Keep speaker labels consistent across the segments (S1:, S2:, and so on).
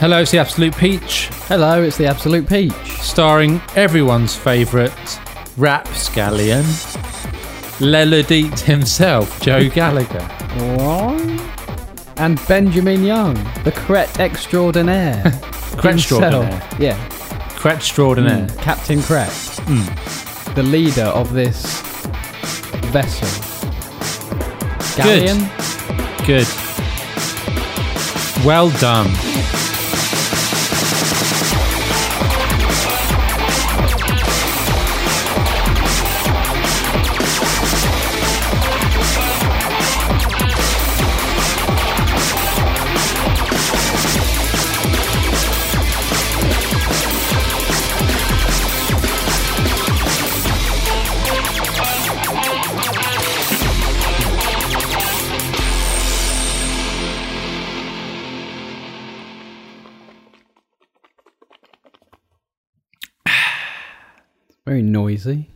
S1: Hello, it's the Absolute Peach,
S2: Hello, it's the Absolute Peach.
S1: starring everyone's favourite rapscallion, Lelodite himself, Joe Gallagher.
S2: And Benjamin Young, the Cret extraordinaire.
S1: Cret
S2: Himself.
S1: extraordinaire.
S2: Yeah. Mm.
S1: Cret extraordinaire.
S2: Captain Cret.
S1: Hmm.
S2: The leader of this vessel.
S1: Good.
S2: Galleon?
S1: Good.
S2: Hmm.
S1: Well done.
S2: Very noisy.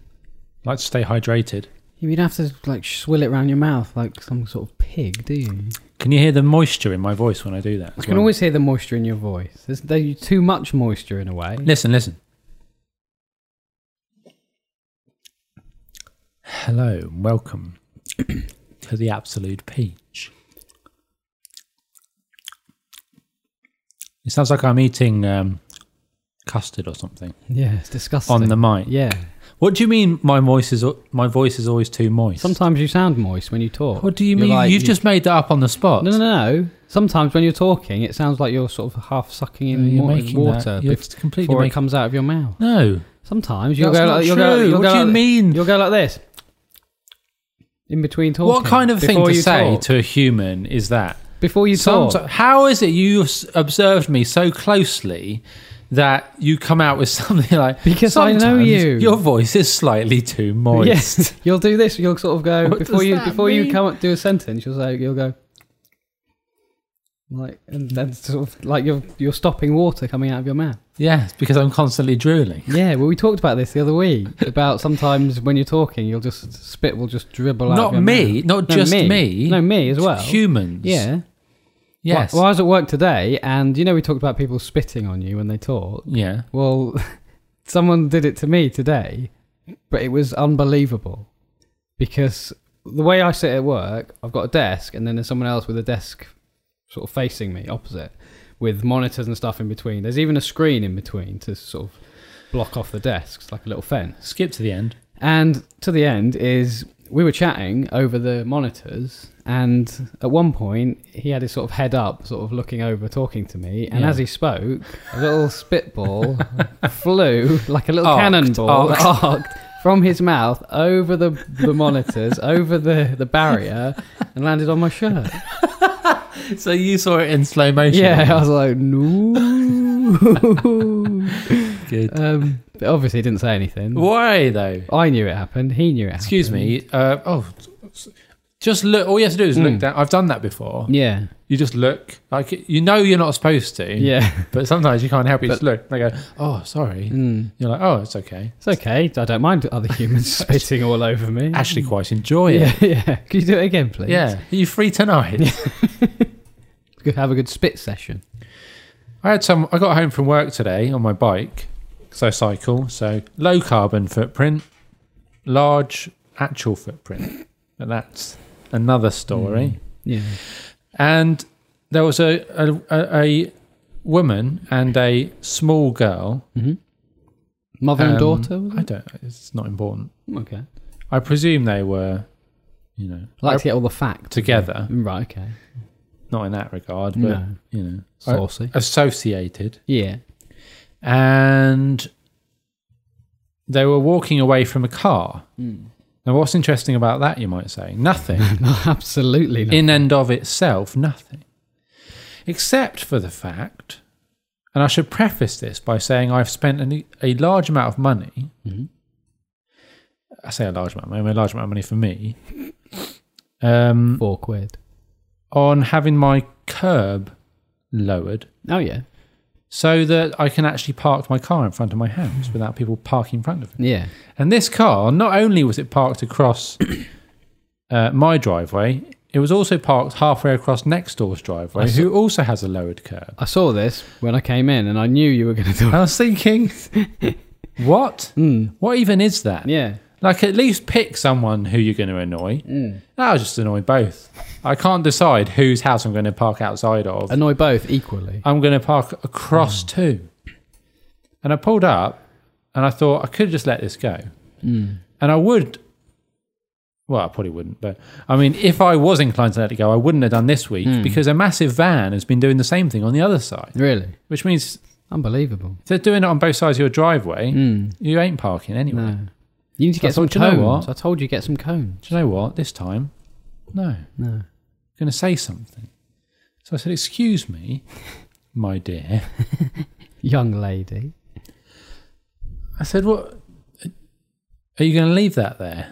S1: Like to stay hydrated.
S2: You'd have to like swill it round your mouth like some sort of pig, do you?
S1: Can you hear the moisture in my voice when I do that?
S2: I
S1: as
S2: can
S1: well?
S2: always hear the moisture in your voice. There's, there's too much moisture in a way.
S1: Listen, listen. Hello, and welcome to the Absolute Peach. It sounds like I'm eating um, custard or something
S2: Yeah, it's disgusting.
S1: on the mic.
S2: yeah.
S1: What do you mean? My voice is al- my voice is always too moist.
S2: Sometimes you sound moist when you talk.
S1: What do you
S2: You're
S1: mean?
S2: like-
S1: You've
S2: you-
S1: just made that up on the spot.
S2: No, no, no. Sometimes when you're talking, it sounds like you're sort of half sucking in
S1: You're
S2: wa-
S1: making
S2: water
S1: that. You're
S2: bef-
S1: completely
S2: before it
S1: making-
S2: comes out of your mouth.
S1: No,
S2: Sometimes you'll
S1: That's
S2: go
S1: not
S2: like you'll go,
S1: true.
S2: you'll
S1: What
S2: go
S1: do you
S2: like-
S1: mean?
S2: You'll go like this in between talking.
S1: what kind of thing
S2: before
S1: to
S2: you
S1: say
S2: talk.
S1: to a human is that?
S2: before you talk?
S1: Someti- how is it you s- observed me so closely that you come out with something like
S2: Because I know
S1: "Sometimes
S2: you."
S1: Your voice is slightly too moist.
S2: Yes, you'll do this. You'll sort of go
S1: What
S2: before
S1: does
S2: you
S1: that
S2: before
S1: mean?
S2: you come up do a sentence. You'll say you'll go like and then sort of like you're you're stopping water coming out of your mouth.
S1: Yes, because I'm constantly drooling.
S2: Yeah, well, we talked about this the other week about sometimes when you're talking, you'll just spit will just dribble out. of
S1: Not
S2: your
S1: me,
S2: mouth.
S1: not
S2: No,
S1: just
S2: me.
S1: me.
S2: No, me as well.
S1: Humans.
S2: Yeah.
S1: Yes.
S2: Well, well, I was at work today, and you know we talked about people spitting on you when they talk.
S1: Yeah.
S2: Well, someone did it to me today, but it was unbelievable because the way I sit at work, I've got a desk, and then there's someone else with a desk sort of facing me, opposite, with monitors and stuff in between. There's even a screen in between to sort of block off the desks, like a little fence.
S1: Skip to the end.
S2: And to the end is we were chatting over the monitors, and at one point he had his sort of head up, sort of looking over, talking to me. And
S1: Yeah.
S2: as he spoke, a little spitball flew like a little
S1: Arced,
S2: cannonball,
S1: arced.
S2: arced from his mouth over the the monitors, over the the barrier, and landed on my shirt.
S1: So you saw it in slow motion.
S2: Yeah, I was like, no.
S1: Good.
S2: um, but obviously, he didn't say anything.
S1: Why though?
S2: I knew it happened. He knew it. happened.
S1: Excuse me. Uh, oh, just look. All you have to do is
S2: Hmm.
S1: look down. I've done that before.
S2: Yeah.
S1: You just look like you know you're not supposed to.
S2: Yeah.
S1: But sometimes you can't help it.
S2: But- Hmm.
S1: just look. They go, oh, sorry.
S2: Mm.
S1: You're like, oh, it's okay.
S2: It's okay. I don't mind other humans spitting all over me.
S1: Actually, quite enjoy
S2: yeah,
S1: it.
S2: yeah. Can you do it again, please?
S1: Yeah. Are you free tonight?
S2: We could have a good spit session.
S1: I had some. I got home from work today on my bike because I cycle. So low carbon footprint, large actual footprint. But that's another story.
S2: Yeah.
S1: and there was a a, a, a woman and a small girl.
S2: Mother
S1: Um,
S2: and daughter. Was
S1: I don't. It's not important.
S2: it? Okay.
S1: I presume they were, you know,
S2: Like to get all the facts.
S1: together.
S2: Right. Okay.
S1: Not in that regard, but
S2: No.
S1: you know,
S2: Saucy.
S1: associated.
S2: yeah.
S1: And they were walking away from a car.
S2: Hmm.
S1: Now, what's interesting about that? You might say nothing.
S2: No, absolutely. Not.
S1: in and of itself nothing. Except for the fact, and I should preface this by saying I've spent an, e, a large amount of money. I say a large amount of money, a large amount of money for me, um,
S2: Four quid.
S1: on having my curb lowered
S2: Oh yeah.
S1: so that I can actually park my car in front of my house without people parking in front of it.
S2: Yeah.
S1: And this car, not only was it parked across uh, my driveway, It was also parked halfway across next door's driveway,
S2: I saw-
S1: who also has a lowered curb.
S2: I saw this when I came in, and I knew you were going to do
S1: And I
S2: it.
S1: was thinking, what?
S2: Mm.
S1: What even is that?
S2: Yeah.
S1: Like, at least pick someone who you're going to annoy. I was just annoy both. I can't decide whose house I'm going to park outside of.
S2: Annoy both equally.
S1: I'm going to park
S2: Mm.
S1: across two. And I pulled up and I thought I could just let this go.
S2: Mm.
S1: And I would, well, I probably wouldn't, but I mean, if I was inclined to let it go, I wouldn't have done this week
S2: Mm.
S1: because a massive van has been doing the same thing on the other side,
S2: Really?
S1: which means
S2: Unbelievable.
S1: if they're doing it on both sides of your driveway, you ain't parking anyway.
S2: Mm. No. You need to get
S1: So I
S2: some
S1: thought, you know
S2: cones.
S1: what?
S2: I told you get some cones.
S1: Do you know what? This time, no.
S2: No.
S1: going to say something. So I said, Excuse me, my dear.
S2: Young lady.
S1: I said, "What? Are you going to leave that there?"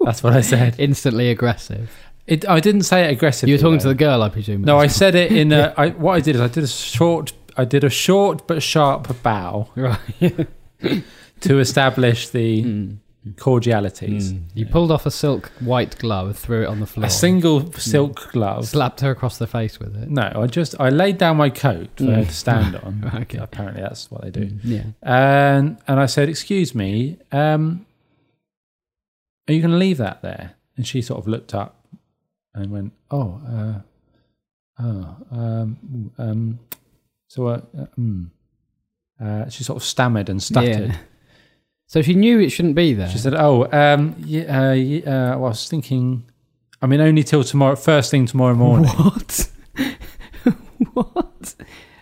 S1: That's what I said.
S2: Instantly aggressive.
S1: It, I didn't say it aggressively.
S2: You were talking to
S1: though.
S2: the girl, I presume.
S1: No, I said it in a. I, what I did is I did a short. I did a short but sharp bow
S2: Right. Hmm.
S1: to establish the cordialities.
S2: you pulled off a silk white glove, and threw it Hmm. on Hmm. the floor.
S1: A single silk glove.
S2: slapped her across the face with it.
S1: no, I just I laid down my coat for her to stand on.
S2: Hmm. Okay.
S1: Apparently, that's what they do.
S2: Yeah.
S1: And and I said, "Excuse me, um, are you going to leave that there?" And she sort of looked up and went, "Oh, uh, oh, um, ooh, um." So, uh, uh, mm. uh, she sort of stammered and stuttered.
S2: Yeah. So she knew it shouldn't be there.
S1: She said, "Oh, um, yeah, uh, yeah, uh, well, I was thinking. I mean, only till tomorrow, first thing tomorrow morning."
S2: What? what?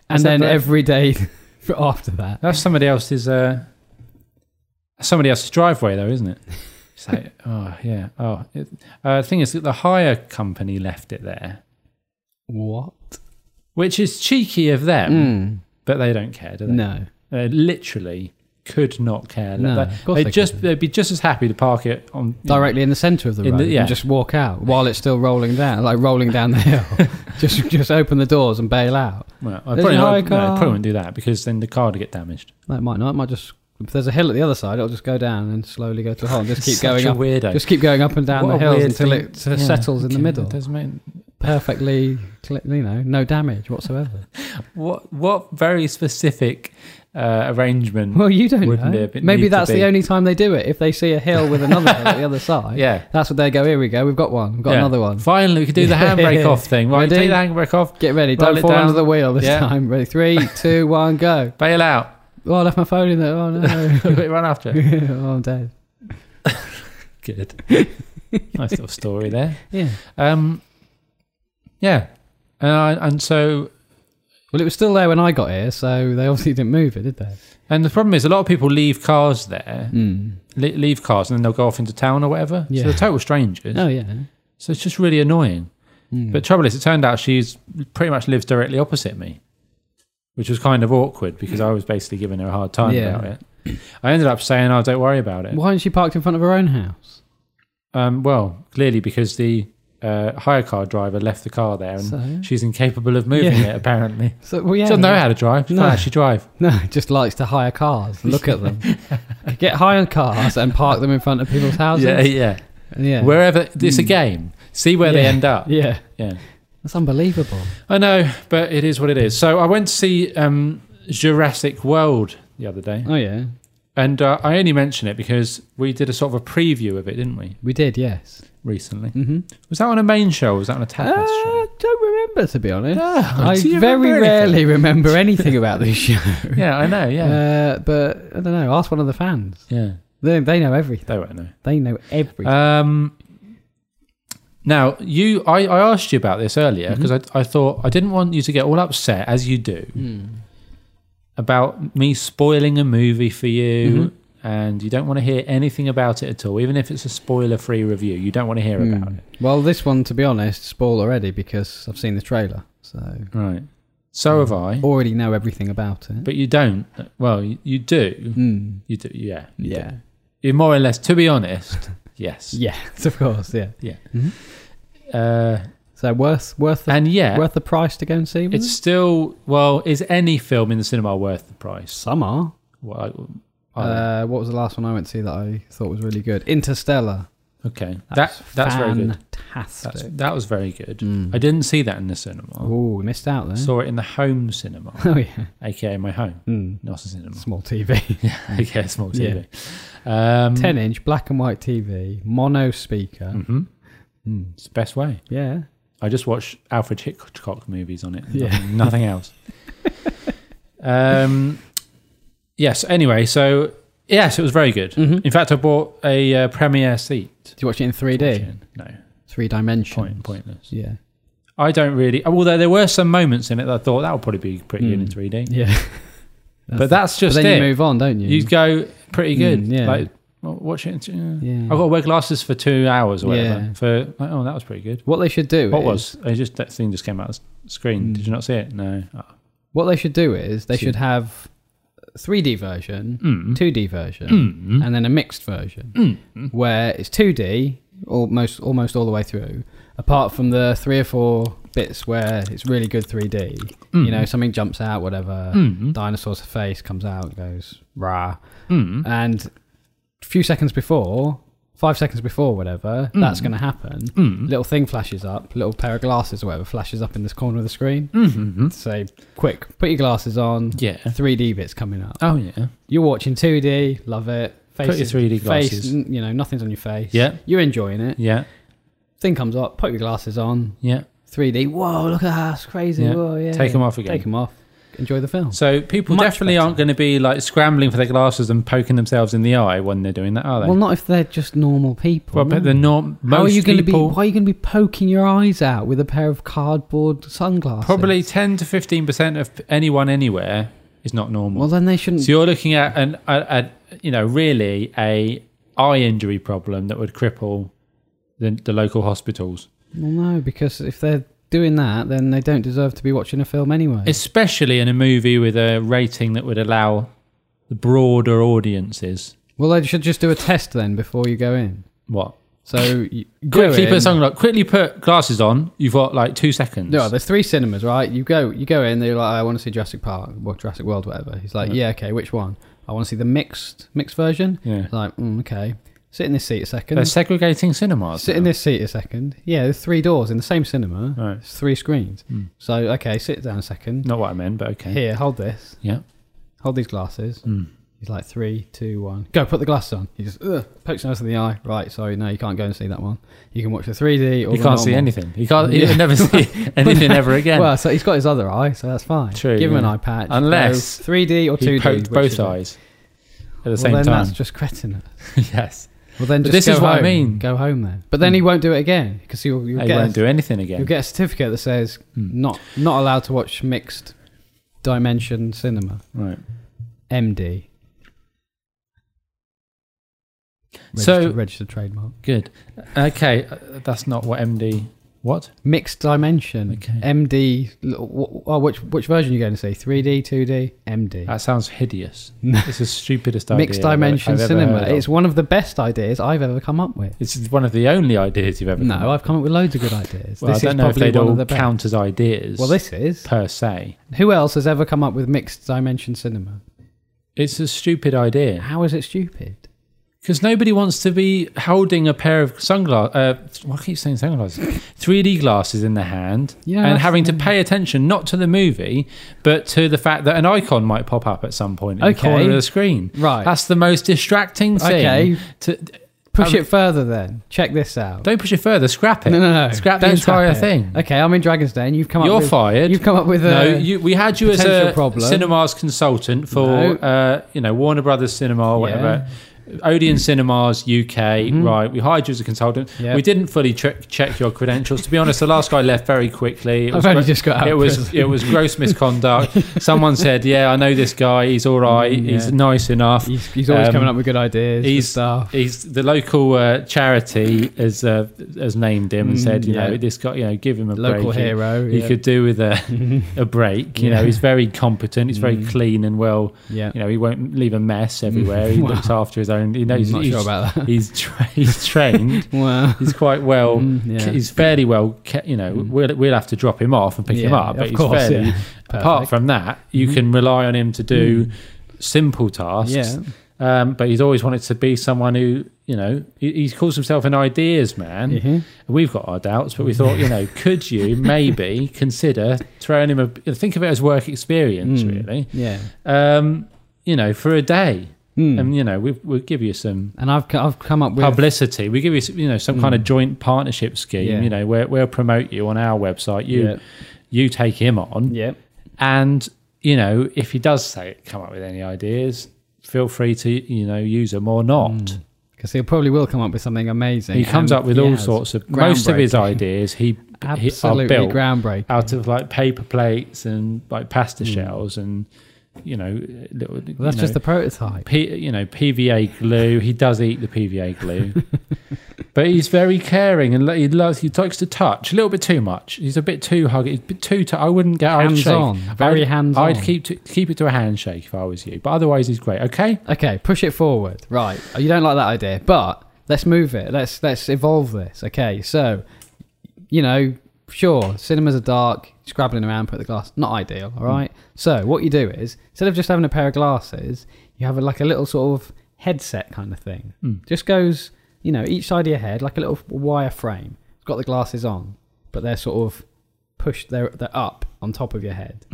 S2: And
S1: that
S2: then
S1: right?
S2: every day for after that.
S1: That's somebody else's. Uh, somebody else's driveway, though, isn't it? It's like, oh yeah. Oh, it, uh, the thing is that the hire company left it there,
S2: What?
S1: which is cheeky of them,
S2: Mm.
S1: but they don't care, do they?
S2: No.
S1: They literally could not care.
S2: No,
S1: They-
S2: of course
S1: they'd
S2: they
S1: just
S2: couldn't.
S1: they'd be just as happy to park it on
S2: Directly in the centre of the
S1: In
S2: road
S1: the- yeah.
S2: and just walk out while it's still rolling down, like rolling down the hill. just just open the doors and bail out.
S1: Well, I
S2: There's
S1: probably,
S2: your hire
S1: not, no, I
S2: car.
S1: probably wouldn't do that because then the car would get damaged.
S2: That might not. It might just if there's a hill at the other side, it'll just go down and slowly go to the hole and just keep
S1: Such
S2: going
S1: a
S2: up.
S1: weirdo.
S2: Just keep going up and down
S1: What
S2: the
S1: a
S2: hills
S1: weird
S2: until
S1: thing.
S2: it uh,
S1: Yeah,
S2: settles in the
S1: okay,
S2: middle.
S1: it doesn't make-
S2: Perfectly, cl- you know, no damage whatsoever.
S1: what what very specific uh, arrangement?
S2: Well, you don't
S1: Wouldn't
S2: know.
S1: it? It need
S2: Maybe
S1: to
S2: that's
S1: be.
S2: the only time they do it. If they see a hill with another hill at the other side,
S1: Yeah.
S2: that's what they go. Here we go. We've got one. We've got
S1: Yeah.
S2: another one.
S1: Finally, we could do the
S2: Yeah.
S1: handbrake off thing. Right,
S2: Ready?
S1: take the handbrake off,
S2: Get ready.
S1: Roll
S2: Don't
S1: it
S2: fall
S1: down.
S2: under the wheel this
S1: Yeah.
S2: time. Ready? Three, two, one, go.
S1: bail out.
S2: Oh, I left my phone in there. Oh no.
S1: Run after it.
S2: oh, I'm dead.
S1: Good. nice little story there.
S2: Yeah.
S1: Um, yeah. And, I, and so,
S2: Well, it was still there when I got here, so they obviously didn't move it, did they?
S1: and the problem is a lot of people leave cars there,
S2: Mm.
S1: le- leave cars, and then they'll go off into town or whatever.
S2: Yeah.
S1: So they're total strangers.
S2: Oh yeah.
S1: So it's just really annoying.
S2: Mm.
S1: But trouble is, it turned out she's pretty much lives directly opposite me, which was kind of awkward because I was basically giving her a hard time
S2: Yeah.
S1: about it. I ended up saying, "Oh, don't worry about it."
S2: why isn't she parked in front of her own house?
S1: Um, well, clearly because the uh, hire car driver left the car there, and
S2: So?
S1: she's incapable of moving
S2: Yeah.
S1: it. Apparently,
S2: So well, yeah.
S1: she doesn't know how to drive. She
S2: No.
S1: can't actually drive.
S2: No, just likes to hire cars. Look at them. Get hired cars and park them in front of people's houses.
S1: Yeah, yeah,
S2: Yeah. Hmm.
S1: Wherever it's a game. See where they
S2: Yeah.
S1: end up.
S2: Yeah.
S1: Yeah.
S2: That's unbelievable.
S1: I know, but it is what it is. So I went to see um, Jurassic World the other day,
S2: Oh yeah.
S1: and uh, I only mention it because we did a sort of a preview of it, didn't we?
S2: We did, yes.
S1: Recently,
S2: Mm-hmm.
S1: was that on a main show? or Was that on a
S2: Uh,
S1: tapas show?
S2: don't remember to be honest.
S1: Ah,
S2: Uh, I
S1: do you
S2: very
S1: remember anything?
S2: rarely remember anything about this show.
S1: Yeah, I know. Yeah,
S2: Uh, but I don't know. Ask one of the fans.
S1: yeah.
S2: They, they know everything.
S1: They won't know.
S2: They know everything.
S1: Um, now you, I, I asked you about this earlier because I, I thought I didn't want you to get all upset as you do
S2: Mm.
S1: about me spoiling a movie for you, and you don't want to hear anything about it at all, even if it's a spoiler-free review. You don't want to hear
S2: Mm. hmm.
S1: about it,
S2: well, this one, to be honest, spoiled already because I've seen the trailer, so
S1: right? So have I,
S2: already know everything about it.
S1: but you don't. Well, you, you do.
S2: Mm.
S1: You do. Yeah. you do.
S2: Yeah.
S1: You're more or less, to be honest. Yes.
S2: Yes, of course. Yeah.
S1: Uh,
S2: So worth worth the,
S1: and yeah,
S2: worth the price to go and see. was
S1: it's still well. Is any film in the cinema worth the
S2: it?
S1: price?
S2: some are.
S1: Well, I, oh, I,
S2: Uh, what was the last one I went to see that I thought was really good? Interstellar.
S1: Okay,
S2: That's
S1: that that's very good.
S2: Fantastic.
S1: That's, that was very good.
S2: Mm.
S1: I didn't see that in the cinema.
S2: Oh, we missed out there.
S1: Saw it in the home cinema,
S2: oh yeah.
S1: aka my home,
S2: Mm.
S1: not a cinema.
S2: Small TV.
S1: Mm. okay, small TV. Um,
S2: Ten inch black and white TV, mono speaker.
S1: mhm.
S2: Mm.
S1: It's the best way.
S2: Yeah.
S1: I just watch Alfred Hitchcock movies on it.
S2: Yeah.
S1: Nothing, nothing else. um, yes. Anyway, so yes, it was very good.
S2: Mhm.
S1: In fact, I bought a uh, premiere seat.
S2: Did you watch it in three D?
S1: No,
S2: Three dimensions.
S1: point, pointless.
S2: Yeah.
S1: I don't really. Although there were some moments in it that I thought that would probably be pretty good in
S2: Mm.
S1: 3D.
S2: Yeah.
S1: But that's
S2: But
S1: just
S2: then
S1: it.
S2: you move on, don't you?
S1: you go pretty good.
S2: Mm, yeah.
S1: Like well, watch it. in- Yeah.
S2: yeah.
S1: I've got to wear glasses for two hours or whatever.
S2: Yeah.
S1: For like, oh, that was pretty good.
S2: What they should do.
S1: What was?
S2: is-
S1: I just that thing just came out of the screen.
S2: Mm.
S1: Did you not see it? No. Oh.
S2: What they should do is they
S1: See.
S2: should have 3D version,
S1: Mm.
S2: 2D version,
S1: Mm.
S2: and then a mixed version
S1: Mm.
S2: where it's 2D almost almost all the way through, apart from the three or four bits where it's really good 3D. You know, something jumps out, whatever.
S1: Mm.
S2: Dinosaur's face comes out, and goes rah,
S1: Mm.
S2: and a few seconds before, five seconds before, whatever, that's going to happen.
S1: Mm.
S2: Little thing flashes up, little pair of glasses or whatever flashes up in this corner of the screen.
S1: Mm.
S2: Say, quick, put your glasses on.
S1: Yeah.
S2: 3D bits coming up.
S1: Oh yeah.
S2: You're watching 2D, love it.
S1: Put your 3D
S2: Face,
S1: glasses.
S2: n- you know, nothing's on your face.
S1: Yeah.
S2: You're enjoying it.
S1: Yeah.
S2: Thing comes up, put your glasses on.
S1: Yeah.
S2: 3D, whoa, look at that, it's crazy.
S1: Yeah.
S2: Whoa, yeah.
S1: Take 'em off again.
S2: Take them off. Enjoy the film.
S1: So people
S2: Much
S1: definitely
S2: better.
S1: aren't going to be like scrambling for their glasses and poking themselves in the eye when they're doing that, are they?
S2: Well, not if they're just normal people.
S1: Well, but the norm. Most
S2: How are you going to be?
S1: people
S2: Why are you going to be poking your eyes out with a pair of cardboard sunglasses?
S1: probably ten to fifteen percent of anyone anywhere is not normal.
S2: Well, then they shouldn't.
S1: So you're looking at an a, a, you know really a eye injury problem that would cripple the, the local hospitals,
S2: well, no, because if they're doing that, then they don't deserve to be watching a film anyway.
S1: especially in a movie with a rating that would allow the broader audiences.
S2: well, they should just do a test then before you go in.
S1: What?
S2: So you go
S1: Quickly
S2: in-
S1: put song like quickly put glasses on. You've got like two seconds.
S2: No, there's three cinemas, right? You go, you go in. They're like, I want to see Jurassic Park, or Jurassic World, whatever. He's like,
S1: Yeah.
S2: yeah, okay, which one? I want to see the mixed mixed version.
S1: yeah.
S2: It's like, mm, okay, sit in this seat a
S1: They're
S2: second.
S1: segregating cinemas.
S2: Sit in
S1: now.
S2: this seat a second. Yeah, there's three doors in the same cinema.
S1: Right.
S2: It's three screens.
S1: Mm.
S2: So okay, sit down a second.
S1: Not what I meant, but okay.
S2: Here, hold this.
S1: Yeah.
S2: Hold these glasses.
S1: Mm.
S2: He's like three, two, one, Hmm. go. Put the glasses on. He just ugh, pokes nose in the eye. Right, sorry, no, you can't go and see that one. You can watch the 3D. Or
S1: You
S2: the
S1: can't see
S2: normal.
S1: anything. You can't. You'll
S2: Yeah.
S1: never see anything ever again.
S2: Well, so he's got his other eye, so that's fine.
S1: True,
S2: Give him an
S1: yeah.
S2: eye patch.
S1: Unless
S2: So 3D or 2D.
S1: he poked
S2: which
S1: both
S2: is it?
S1: eyes at the
S2: Well,
S1: same
S2: then
S1: time.
S2: that's just cretin.
S1: yes.
S2: Well, then
S1: But this
S2: just go
S1: is what I
S2: home.
S1: mean.
S2: Go home then. But then
S1: Hmm.
S2: he won't do it again because you'll, you'll
S1: He
S2: get
S1: won't
S2: a,
S1: do anything again.
S2: you'll get a certificate that says
S1: Hmm.
S2: not not allowed to watch mixed dimension cinema.
S1: Right.
S2: MD.
S1: So-
S2: Registered- registered trademark.
S1: Good. Okay. uh, That's not what MD. What?
S2: Mixed dimension.
S1: Okay.
S2: MD. l- wh- Oh, which which version are you going to see? 3D, 2D, MD.
S1: That sounds hideous.
S2: No.
S1: it's the stupidest idea.
S2: Mixed
S1: I've ever-
S2: dimension
S1: I've ever
S2: cinema.
S1: heard of.
S2: It's one of the best ideas I've ever come up with.
S1: It's one of the only ideas you've ever. come
S2: No,
S1: up
S2: I've come up with loads of good
S1: with.
S2: ideas.
S1: Hmm. well,
S2: this
S1: I
S2: is
S1: don't know if
S2: probably
S1: they'd
S2: one of
S1: all
S2: the best.
S1: count as ideas.
S2: Well, this is.
S1: per se.
S2: Who else has ever come up with mixed dimension cinema?
S1: It's a stupid idea
S2: How is it stupid?
S1: because nobody wants to be holding a pair of sunglasses. Uh, well, I keep saying sunglasses, 3D glasses in the hand,
S2: Yeah,
S1: and
S2: that's-
S1: having to pay attention not to the movie, but to the fact that an icon might pop up at some point in the
S2: Okay.
S1: corner of the screen.
S2: Right.
S1: That's the most distracting thing.
S2: Okay.
S1: To,
S2: Push
S1: Um,
S2: it further then. Check this out.
S1: don't push it further. Scrap it.
S2: No, no, no.
S1: Scrap the
S2: Don't
S1: entire
S2: scrap it.
S1: thing.
S2: Okay, I'm in Dragon's Den. You've come
S1: You're
S2: up with.
S1: fired.
S2: You've come up with a.
S1: no, you, we had you as
S2: potential
S1: a
S2: problem.
S1: cinemas consultant for
S2: No.
S1: uh, you know Warner Brothers Cinema or whatever. Odeon Cinemas UK, right? We hired you as a consultant.
S2: Mm-hmm. Yeah.
S1: We didn't fully check, check your credentials. To be honest, the last guy left very quickly. It
S2: I've only
S1: gro-
S2: just got out.
S1: It
S2: of
S1: was
S2: prison.
S1: it was gross misconduct. Someone said, "Yeah, I know this guy. He's all right.
S2: Mm,
S1: He's
S2: yeah.
S1: nice enough.
S2: He's, he's always
S1: um,
S2: coming up with good ideas. He's
S1: he's-
S2: stuff.
S1: He's the local uh, charity has uh, has named him and
S2: Mm,
S1: said, you
S2: yeah.
S1: know, this guy, you know, give him a
S2: Local
S1: break. He-
S2: hero.
S1: He
S2: yeah.
S1: could do with a a break. You know,
S2: Yeah.
S1: he's very competent. He's very
S2: Mm.
S1: clean and well.
S2: yeah.
S1: You know, he won't leave a mess everywhere. He
S2: Wow.
S1: looks after his own. He knows.
S2: Mm. I'm not
S1: he's,
S2: sure about that.
S1: he's, tra- he's trained.
S2: Well,
S1: He's quite well.
S2: mm, yeah.
S1: He's fairly well. Kept, you know,
S2: Mm.
S1: we'll we'll have to drop him off and pick him
S2: Yeah,
S1: up. But
S2: of
S1: he's
S2: course,
S1: fairly.
S2: yeah.
S1: Apart
S2: Perfect.
S1: from that, you
S2: Mhm.
S1: can rely on him to do simple tasks.
S2: yeah.
S1: Um, but he's always wanted to be someone who you know, he, he calls himself an ideas man.
S2: Mhm.
S1: We've got our doubts, but we thought, you know, could you maybe consider throwing him a think of it as work experience,
S2: Mm.
S1: really?
S2: Yeah.
S1: Um, you know, for a day,
S2: Mm.
S1: and you know, we, we'll give you some
S2: And I've co- I've come up with
S1: publicity. We give you, some, you know, some kind of joint partnership scheme.
S2: Hmm. Yeah.
S1: You know, where we'll promote you on our website. You,
S2: Yeah.
S1: you take him on,
S2: Yep.
S1: and you know, if he does say come up with any ideas, feel free to you know use them or not.
S2: Because he probably will come up with something amazing.
S1: He comes
S2: Hmm. and
S1: up with
S2: he
S1: all
S2: has.
S1: sorts of most of his ideas. He he are
S2: Absolutely
S1: built Uh,
S2: groundbreaking.
S1: out of like paper plates and like pasta shells and you know little. you
S2: Hmm. Well, that's
S1: know,
S2: just the prototype.
S1: P, you know PVA glue. He does eat the PVA glue, but he's very caring and lo- he loves. He likes to touch a little bit too much. He's a bit too huggy. He's a bit too. T- I wouldn't get I'd shake.
S2: Hands-on, very
S1: I'd-
S2: hands-on.
S1: I'd keep to, keep it to a handshake if I was you. But otherwise, he's great. Okay,
S2: Okay, push it forward. Right. Oh, You don't like that idea, but let's move it. Let's let's evolve this. Okay, so you know, sure, cinemas are dark, scrabbling around, put the glass not ideal, all right? So what you do is instead of just having a pair of glasses, you have a, like a little sort of headset kind of thing. Just goes, you know, each side of your head, like a little wire frame. It's got the glasses on, but they're sort of pushed they're, they're up on top of your head.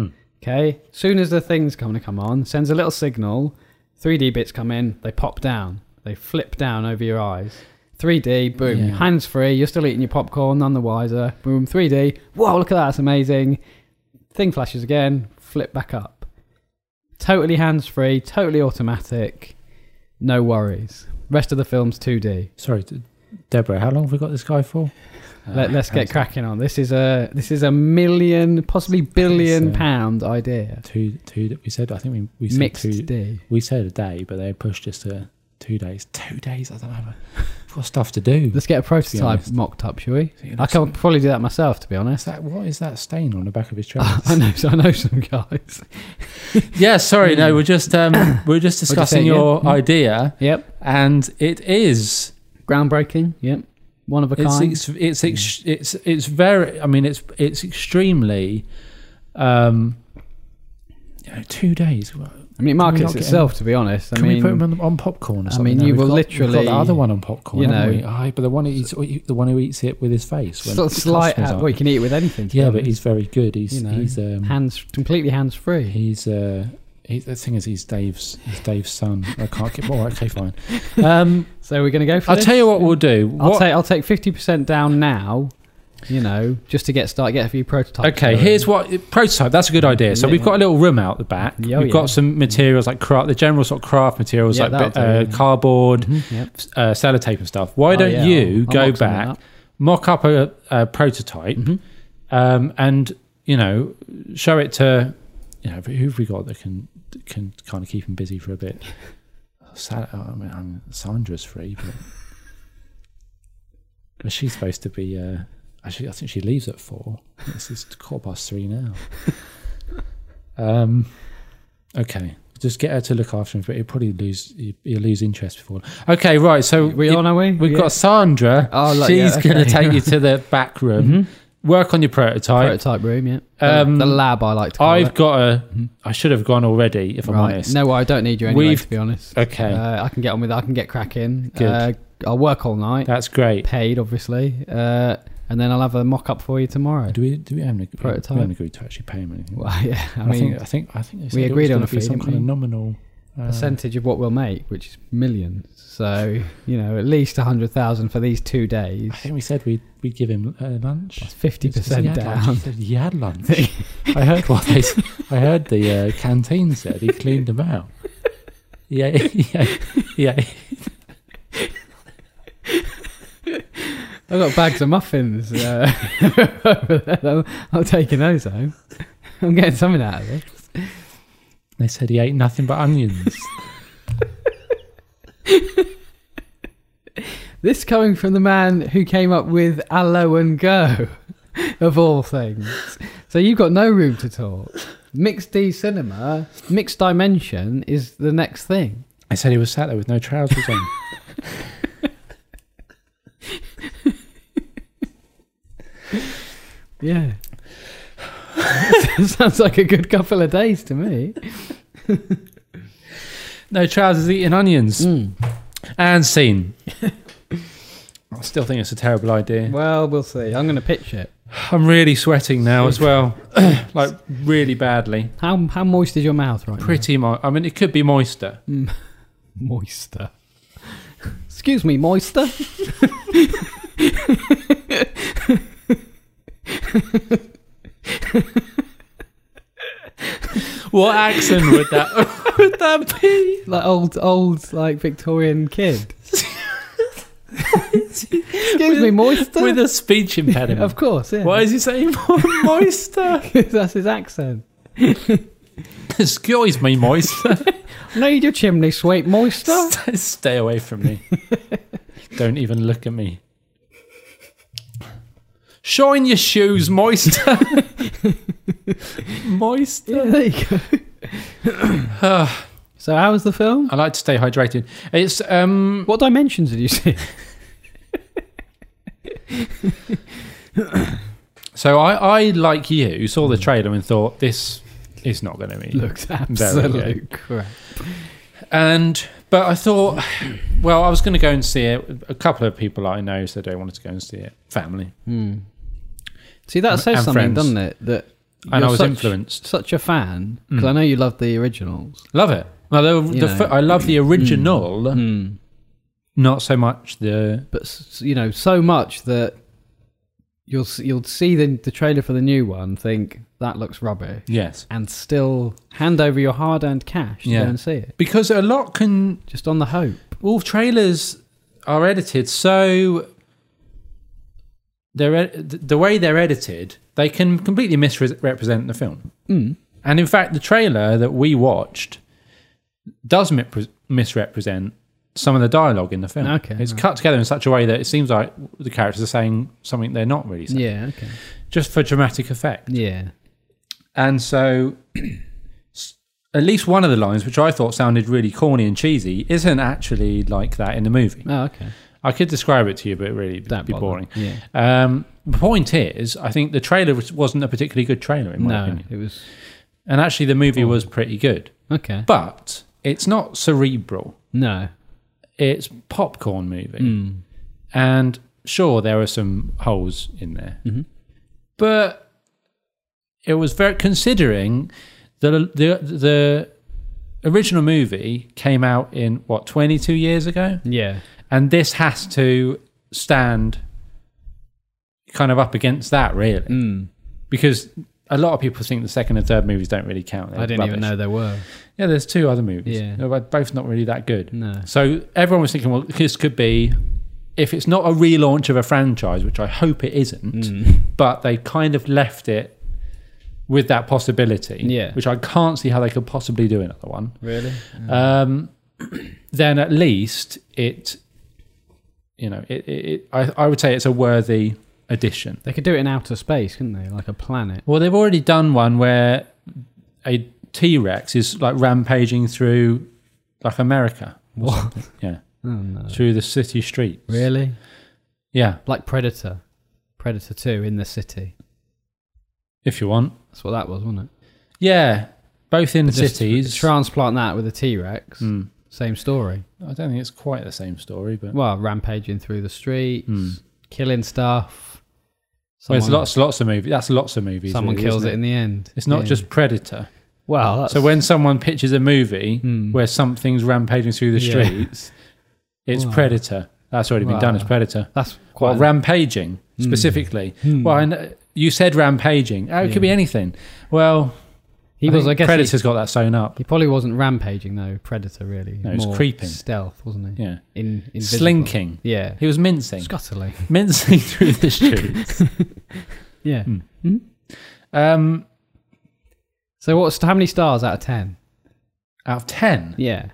S2: Okay. Soon as the thing's going to come on, sends a little signal. 3D bits come in. They pop down. They flip down over your eyes. 3D, boom,
S1: Yeah.
S2: hands free. You're still eating your popcorn, none the wiser. Boom, 3D. Whoa, look at that. That's amazing. Thing flashes again. Flip back up. Totally hands free. Totally automatic. No worries. Rest of the film's 2D.
S1: sorry, De- Deborah. How long have we got this guy for? Ah, Uh,
S2: Let, let's get cracking on. This is a this is a million, possibly billion
S1: It's, uh,
S2: pound idea.
S1: two two that we said. I think we we said
S2: Mixed
S1: two.
S2: D.
S1: We said a day, but they pushed us to two days. Two days. I don't know. I've got stuff to do.
S2: Let's get a prototype
S1: honest.
S2: mocked up, shall we?
S1: See,
S2: I
S1: that's-
S2: can probably do that myself, to be
S1: Is
S2: honest.
S1: that what is that stain on the back of his trousers?
S2: I know, I know some guys.
S1: Yeah, sorry, no, we're just um, we're just
S2: Hmm. you
S1: discussing
S2: say,
S1: your
S2: yeah? Mm.
S1: idea,
S2: Yep,
S1: and it is
S2: groundbreaking. Yep, one of a
S1: it's
S2: kind. Hmm.
S1: it's it's ex- it's it's very. I mean, it's it's extremely. Um, you know, two days. Well,
S2: I mean, it
S1: we're
S2: markets
S1: not
S2: itself, to be honest. I
S1: Can
S2: mean,
S1: we put him on, on popcorn? Or
S2: I
S1: something?
S2: mean,
S1: No,
S2: you
S1: we've
S2: will
S1: got- We've got
S2: literally,
S1: the other one on popcorn,
S2: you
S1: haven't we?
S2: know-
S1: Aye, but the one who eats the one who eats it with his face. when
S2: sort of
S1: the
S2: slight.
S1: customers aren't-
S2: Well, you can eat it with anything. to be
S1: yeah, but
S2: honest.
S1: he's very good. He's
S2: You know,
S1: he's um,
S2: hands completely hands free.
S1: He's uh, he, the thing is, he's Dave's he's Dave's son. I can't get more. Okay, fine. Um,
S2: So we're gonna go for.
S1: I'll
S2: this?
S1: tell you what we'll do.
S2: I'll
S1: What-
S2: take I'll take fifty percent down now. You know, just to get started, get a few prototypes.
S1: okay,
S2: going.
S1: here's what prototype. That's a good idea. So
S2: Yeah.
S1: we've got a little room out the back.
S2: Yeah, oh,
S1: we've
S2: yeah.
S1: got some materials like craft, the general sort of craft materials
S2: Yeah,
S1: like
S2: that'll
S1: uh,
S2: do, yeah.
S1: cardboard,
S2: Yep.
S1: uh, sellotape, and stuff. Why
S2: Oh,
S1: don't
S2: yeah,
S1: you
S2: I'll- I'll
S1: go
S2: mock something
S1: back,
S2: up.
S1: mock up a, a prototype,
S2: Mm-hmm.
S1: um, and you know show it to you know who've we got that can can kind of keep him busy for a bit. Sa- I mean, I'm, Sandra's free, but but she's supposed to be. Uh, actually, I think she leaves at four. This is quarter past three now. Um, okay, just get her to look after him, but he'll probably lose. he- He'll lose interest before. Okay, right. So
S2: We
S1: you-
S2: on, are we?
S1: We've
S2: Yeah.
S1: got Sandra.
S2: Oh, look, yeah,
S1: She's going
S2: okay. Mm-hmm.
S1: to take you to the back room. Work on your prototype.
S2: prototype room. Yeah,
S1: Um,
S2: the lab. I like to. Call
S1: I've
S2: it.
S1: got a. I should have gone already, if I'm honest.
S2: Mm-hmm. No, I don't need you anyway.
S1: We've-
S2: to be honest.
S1: Okay.
S2: Uh, I can get on with. I can get cracking.
S1: Good.
S2: Uh, I'll work all night,
S1: That's great.
S2: paid obviously, uh, and then I'll have a mock up for you tomorrow.
S1: Do we? Do we haven't agreed?
S2: Prototype.
S1: We haven't agreed to actually pay him anything.
S2: Well, yeah, I
S1: I,
S2: mean,
S1: think. uh, I think. I think they said it
S2: we
S1: was
S2: agreed on
S1: gonna
S2: a
S1: be
S2: fee,
S1: Some
S2: didn't
S1: kind of
S2: we?
S1: nominal. uh,
S2: percentage of what we'll make, which is millions. So you know, at least a hundred thousand for these two days.
S1: I think we said we'd we'd give him uh, lunch.
S2: That's fifty percent
S1: He
S2: down.
S1: said he had lunch. I heard what they. s- I heard the uh, canteen said he cleaned them out. Yeah, yeah, yeah.
S2: I've got bags of muffins. Uh, over there. I'm, I'm taking those home. I'm getting something out of this.
S1: They said he ate nothing but onions.
S2: This coming from the man who came up with Allo and Go, of all things. So you've got no room to talk. Mixed D cinema, mixed dimension is the next thing.
S1: I said he was sat there with no trousers on.
S2: Yeah. Sounds like a good couple of days to me.
S1: Mm. no trousers, eating onions. And scene. I still think it's a terrible idea.
S2: Well, we'll see. I'm going to pitch it.
S1: I'm really sweating now as well, like really badly.
S2: How how moist is your mouth right
S1: Pretty moist. I mean, it could be moister.
S2: now? Moister. Excuse me, moister.
S1: What accent would that would that be?
S2: Like old old like Victorian kid. Excuse me, moister.
S1: With a speech impediment.
S2: of course, yeah.
S1: Why is he saying moister?
S2: That's his accent.
S1: Excuse me, moister.
S2: Need your chimney sweep, moister.
S1: Stay- Stay away from me. Don't even look at me. Shine your shoes, moister. moister.
S2: Yeah, there you go. so, how was the film?
S1: I like to stay hydrated. It's um
S2: What dimensions did you see?
S1: so I, I like you saw the trailer and thought this is not going to be
S2: Looks
S1: Very
S2: absolute crap.
S1: and but I thought well I was going to go and see it. A couple of people I know said they wanted to go and see it. Family
S2: See, that says
S1: Hmm. and
S2: something,
S1: friends.
S2: doesn't it? That
S1: and I
S2: you're
S1: was
S2: such-
S1: influenced. Hmm.
S2: Such a fan because I know you love the originals.
S1: Love it. Well, the,
S2: You
S1: the,
S2: know. Mm.
S1: fir- I love the original, not so much the
S2: but s- you know so much that you'll s- you'll see the the trailer for the new one, think that looks rubbish,
S1: yes
S2: and still hand over your hard-earned cash to
S1: Yeah.
S2: go and see it,
S1: because a lot can
S2: just on the hope.
S1: all trailers are edited so they're ed- the way they're edited they can completely misrepresent the film
S2: Mm.
S1: and in fact the trailer that we watched does mi- misrepresent some of the dialogue in the film
S2: Okay,
S1: it's
S2: right.
S1: cut together in such a way that it seems like the characters are saying something they're not really saying
S2: Yeah, okay,
S1: just for dramatic effect
S2: yeah,
S1: And so, s- at least one of the lines, which I thought sounded really corny and cheesy, isn't actually like that in the movie.
S2: oh okay,
S1: I could describe it to you, but it really
S2: Don't
S1: would be
S2: bother.
S1: boring.
S2: Yeah,
S1: Um, the point is, I think the trailer was- wasn't a particularly good trailer, in my
S2: no,
S1: opinion.
S2: it was
S1: And actually, the movie was pretty good.
S2: okay,
S1: But it's not cerebral,
S2: no,
S1: it's popcorn movie.
S2: Hmm.
S1: And sure, there are some holes in there.
S2: Mm-hmm.
S1: But it was very considering the the the original movie came out in what 22 years ago
S2: yeah,
S1: and this has to stand kind of up against that really
S2: mm.
S1: because a lot of people think the second and third movies don't really count They're
S2: I didn't even
S1: rubbish.
S2: know there were.
S1: yeah there's two other movies
S2: Yeah.
S1: They're both not really that good
S2: No,
S1: so everyone was thinking, well, this could be, if it's not a relaunch of a franchise, which I hope it isn't, but they kind of left it with that possibility,
S2: Yeah.
S1: which I can't see how they could possibly do another one.
S2: really,
S1: Um, then at least it, you know, it, it, it I, I would say it's a worthy addition.
S2: they could do it in outer space, couldn't they? Like a planet.
S1: Well, they've already done one where a T Rex is like rampaging through like America. or
S2: What?
S1: something. Yeah.
S2: Oh no,
S1: Uh, Through the city streets.
S2: really?
S1: Yeah.
S2: Like Predator, Predator Two in the city.
S1: if you want.
S2: That's what that was, wasn't it?
S1: Yeah, both in
S2: Just
S1: cities.
S2: Transplant that with a T Rex.
S1: Mm.
S2: Same story.
S1: I don't think it's quite the same story, but
S2: Well, rampaging through the streets,
S1: Hmm.
S2: killing stuff.
S1: well, it's
S2: Someone-
S1: lots, lots of movies. That's lots of movies.
S2: Someone
S1: really,
S2: kills
S1: isn't
S2: it in the end.
S1: It's not
S2: Yeah.
S1: just Predator.
S2: well. That's, Hmm.
S1: So when someone pitches a movie where something's rampaging through the
S2: Yeah.
S1: streets, it's
S2: Wow.
S1: Predator. That's already been done as
S2: Wow.
S1: Predator.
S2: that's
S1: Well,
S2: quite Hmm.
S1: rampaging specifically. Well, I kn- you said rampaging. Oh, it could be anything. Well,
S2: he
S1: I
S2: was.
S1: think
S2: I guess
S1: Predator's
S2: he,
S1: got that sewn up.
S2: he probably wasn't rampaging though. Predator really.
S1: No, he was
S2: More
S1: creeping.
S2: Stealth, wasn't he?
S1: Yeah,
S2: In invisible.
S1: slinking.
S2: Yeah.
S1: He was mincing,
S2: Scuttling.
S1: mincing through the streets.
S2: Yeah.
S1: Hmm. um,
S2: So what's how many stars out of ten?
S1: out of ten,
S2: Yeah,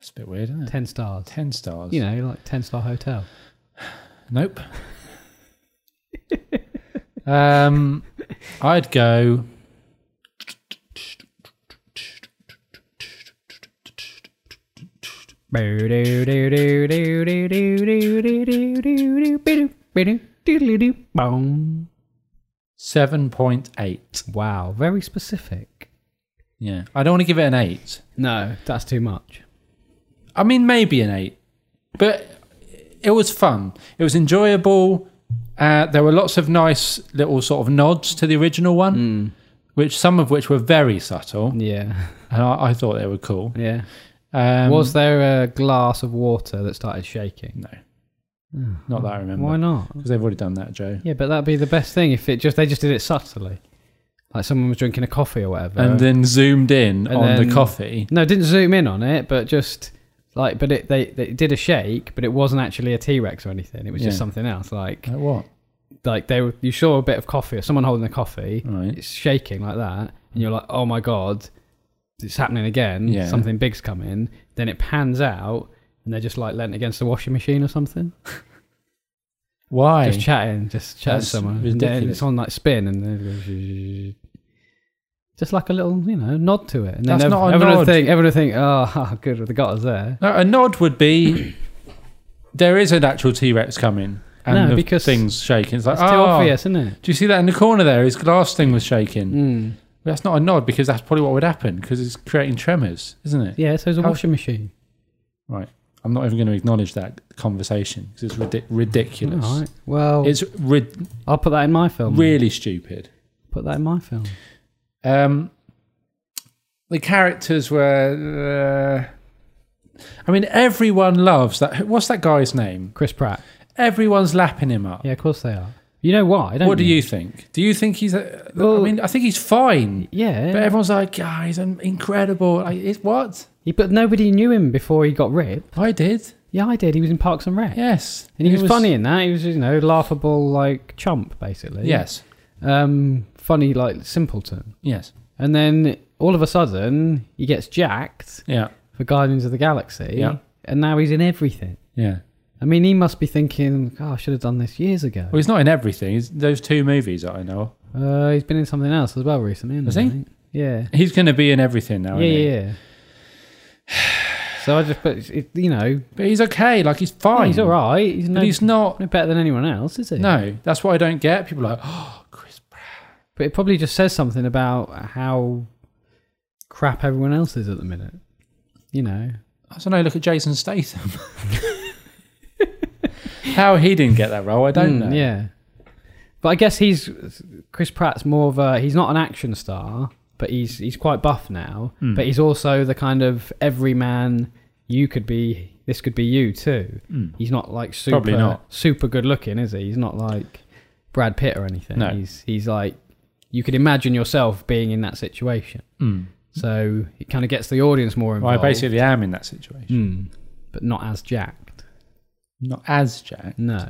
S1: That's a bit weird, isn't it?
S2: ten stars.
S1: 10 stars.
S2: You know, like ten star hotel.
S1: Nope. um, I'd go.
S2: Wow,
S1: 7.8.
S2: very specific.
S1: Yeah. I don't want to give it an 8.
S2: No, that's too much.
S1: I mean, maybe an 8. But it was fun. It was enjoyable. Uh, there were lots of nice little sort of nods to the original one, which some of which were very subtle,
S2: Yeah.
S1: and I, I thought they were cool.
S2: Yeah.
S1: Um,
S2: Was there a glass of water that started shaking?
S1: no, not that I remember.
S2: Why not?
S1: Because they've already done that, Joe.
S2: Yeah, but that'd be the best thing if it just they just did it subtly, like someone was drinking a coffee or whatever.
S1: And then zoomed in
S2: And
S1: on
S2: then-
S1: the coffee.
S2: no, it didn't zoom in on it, but just like, but it they, they did a shake, but it wasn't actually a T Rex or anything. It was
S1: Yeah.
S2: just something else. Like
S1: Like what?
S2: like they were, you saw a bit of coffee or someone holding a coffee,
S1: Right.
S2: it's shaking like that, and you're like, oh my god, it's happening again.
S1: Yeah.
S2: Something big's coming. Then it pans out, and they're just like leant against the washing machine or something.
S1: Why?
S2: Just chatting, just chatting to
S1: That's
S2: someone.
S1: ridiculous.
S2: And it's on like spin and then it goes just like a little, you know, nod to it. And then
S1: That's
S2: ev-
S1: not a
S2: everyone
S1: nod.
S2: would think, everyone would think, oh, ha, good, they got us there.
S1: No, a nod would be there is an actual T Rex coming, and
S2: No,
S1: the
S2: because
S1: things shaking. It's like,
S2: That's too
S1: "Oh,
S2: obvious, isn't it?
S1: Do you see that in the corner there? His glass thing was shaking.
S2: Mm.
S1: That's not a nod because that's probably what would happen because it's creating tremors, isn't it?
S2: Yeah, so it's a
S1: How-
S2: washing machine.
S1: Right. I'm not even going to acknowledge that conversation because it's ridic- ridiculous.
S2: All right. Um, Well,
S1: It's ri-
S2: I'll put that in my film.
S1: really stupid.
S2: Put that in my film.
S1: Um, the characters were. Uh, I mean, everyone loves that. What's that guy's name?
S2: Chris Pratt.
S1: Everyone's lapping him up.
S2: Yeah, of course they are. You know why? Don't
S1: what do you think? Do you think he's? A, I
S2: Well-
S1: mean, I think he's fine.
S2: Yeah,
S1: But everyone's like, "Ah, he's an incredible." Like, it's what
S2: he, but nobody knew him before he got ripped.
S1: I did.
S2: Yeah, I did. He was in Parks and Rec,
S1: Yes,
S2: and he was, funny in that. He was, you know, laughable like chump, basically.
S1: Yes,
S2: um, funny like simpleton.
S1: yes,
S2: And then all of a sudden he gets jacked
S1: yeah,
S2: for Guardians of the Galaxy,
S1: Yeah.
S2: and now he's in everything.
S1: yeah.
S2: I mean, he must be thinking, "Oh, I should have done this years ago."
S1: Well, he's not in everything. He's, those two movies that I know. of.
S2: Uh, he's been in something else as well recently. Hasn't
S1: Has he?
S2: I think? Yeah,
S1: He's going to be in everything now.
S2: yeah,
S1: isn't he?
S2: yeah. yeah. so I just, but it, you know,
S1: But he's okay. Like he's fine.
S2: he's all right. He's no,
S1: But he's not.
S2: no better than anyone else, is he?
S1: No, that's what I don't get. People are like, oh, Chris. Pratt."
S2: But it probably just says something about how crap everyone else is at the minute. You know,
S1: I don't know. Look at Jason Statham. How he didn't get that role, I don't
S2: Mm,
S1: know.
S2: Yeah, but I guess he's Chris Pratt's more of a he's not an action star, but he's he's quite buff now.
S1: Mm.
S2: But he's also the kind of everyman. You could be this could be you too.
S1: Mm.
S2: He's not like super
S1: Probably not.
S2: super good looking, is he? He's not like Brad Pitt or anything.
S1: No.
S2: he's he's like you could imagine yourself being in that situation.
S1: Mm.
S2: So it kind of gets the audience more
S1: Well, I
S2: involved.
S1: basically am in that situation.
S2: Mm. but not as jacked.
S1: Not as Jack,
S2: No,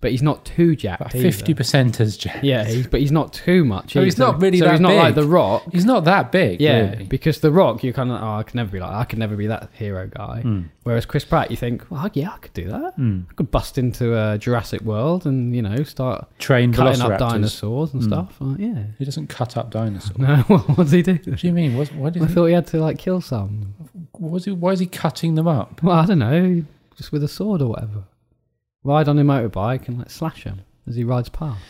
S2: but he's not too
S1: but
S2: jacked. either.
S1: fifty percent as Jack.
S2: Yeah, he's, but he's not too much.
S1: So he's
S2: either.
S1: not really
S2: So
S1: that
S2: he's not like
S1: big.
S2: the Rock.
S1: he's not that big.
S2: Yeah,
S1: really.
S2: because the Rock, you kind of oh, I could never be like I could never be that hero guy.
S1: Mm.
S2: Whereas Chris Pratt, you think, well, yeah, I could do that.
S1: Mm.
S2: I could bust into uh, Jurassic World and you know start
S1: Trained
S2: cutting up
S1: velociraptors.
S2: dinosaurs and
S1: Mm.
S2: stuff. Like, yeah.
S1: He doesn't cut up dinosaurs.
S2: No, what, what does he do?
S1: What do you mean? What, why, do you
S2: I
S1: think,
S2: thought he had to like kill some.
S1: what is he, why is he cutting them up?
S2: Well, I don't know, just with a sword or whatever. Ride on a motorbike and like slash him as he rides past.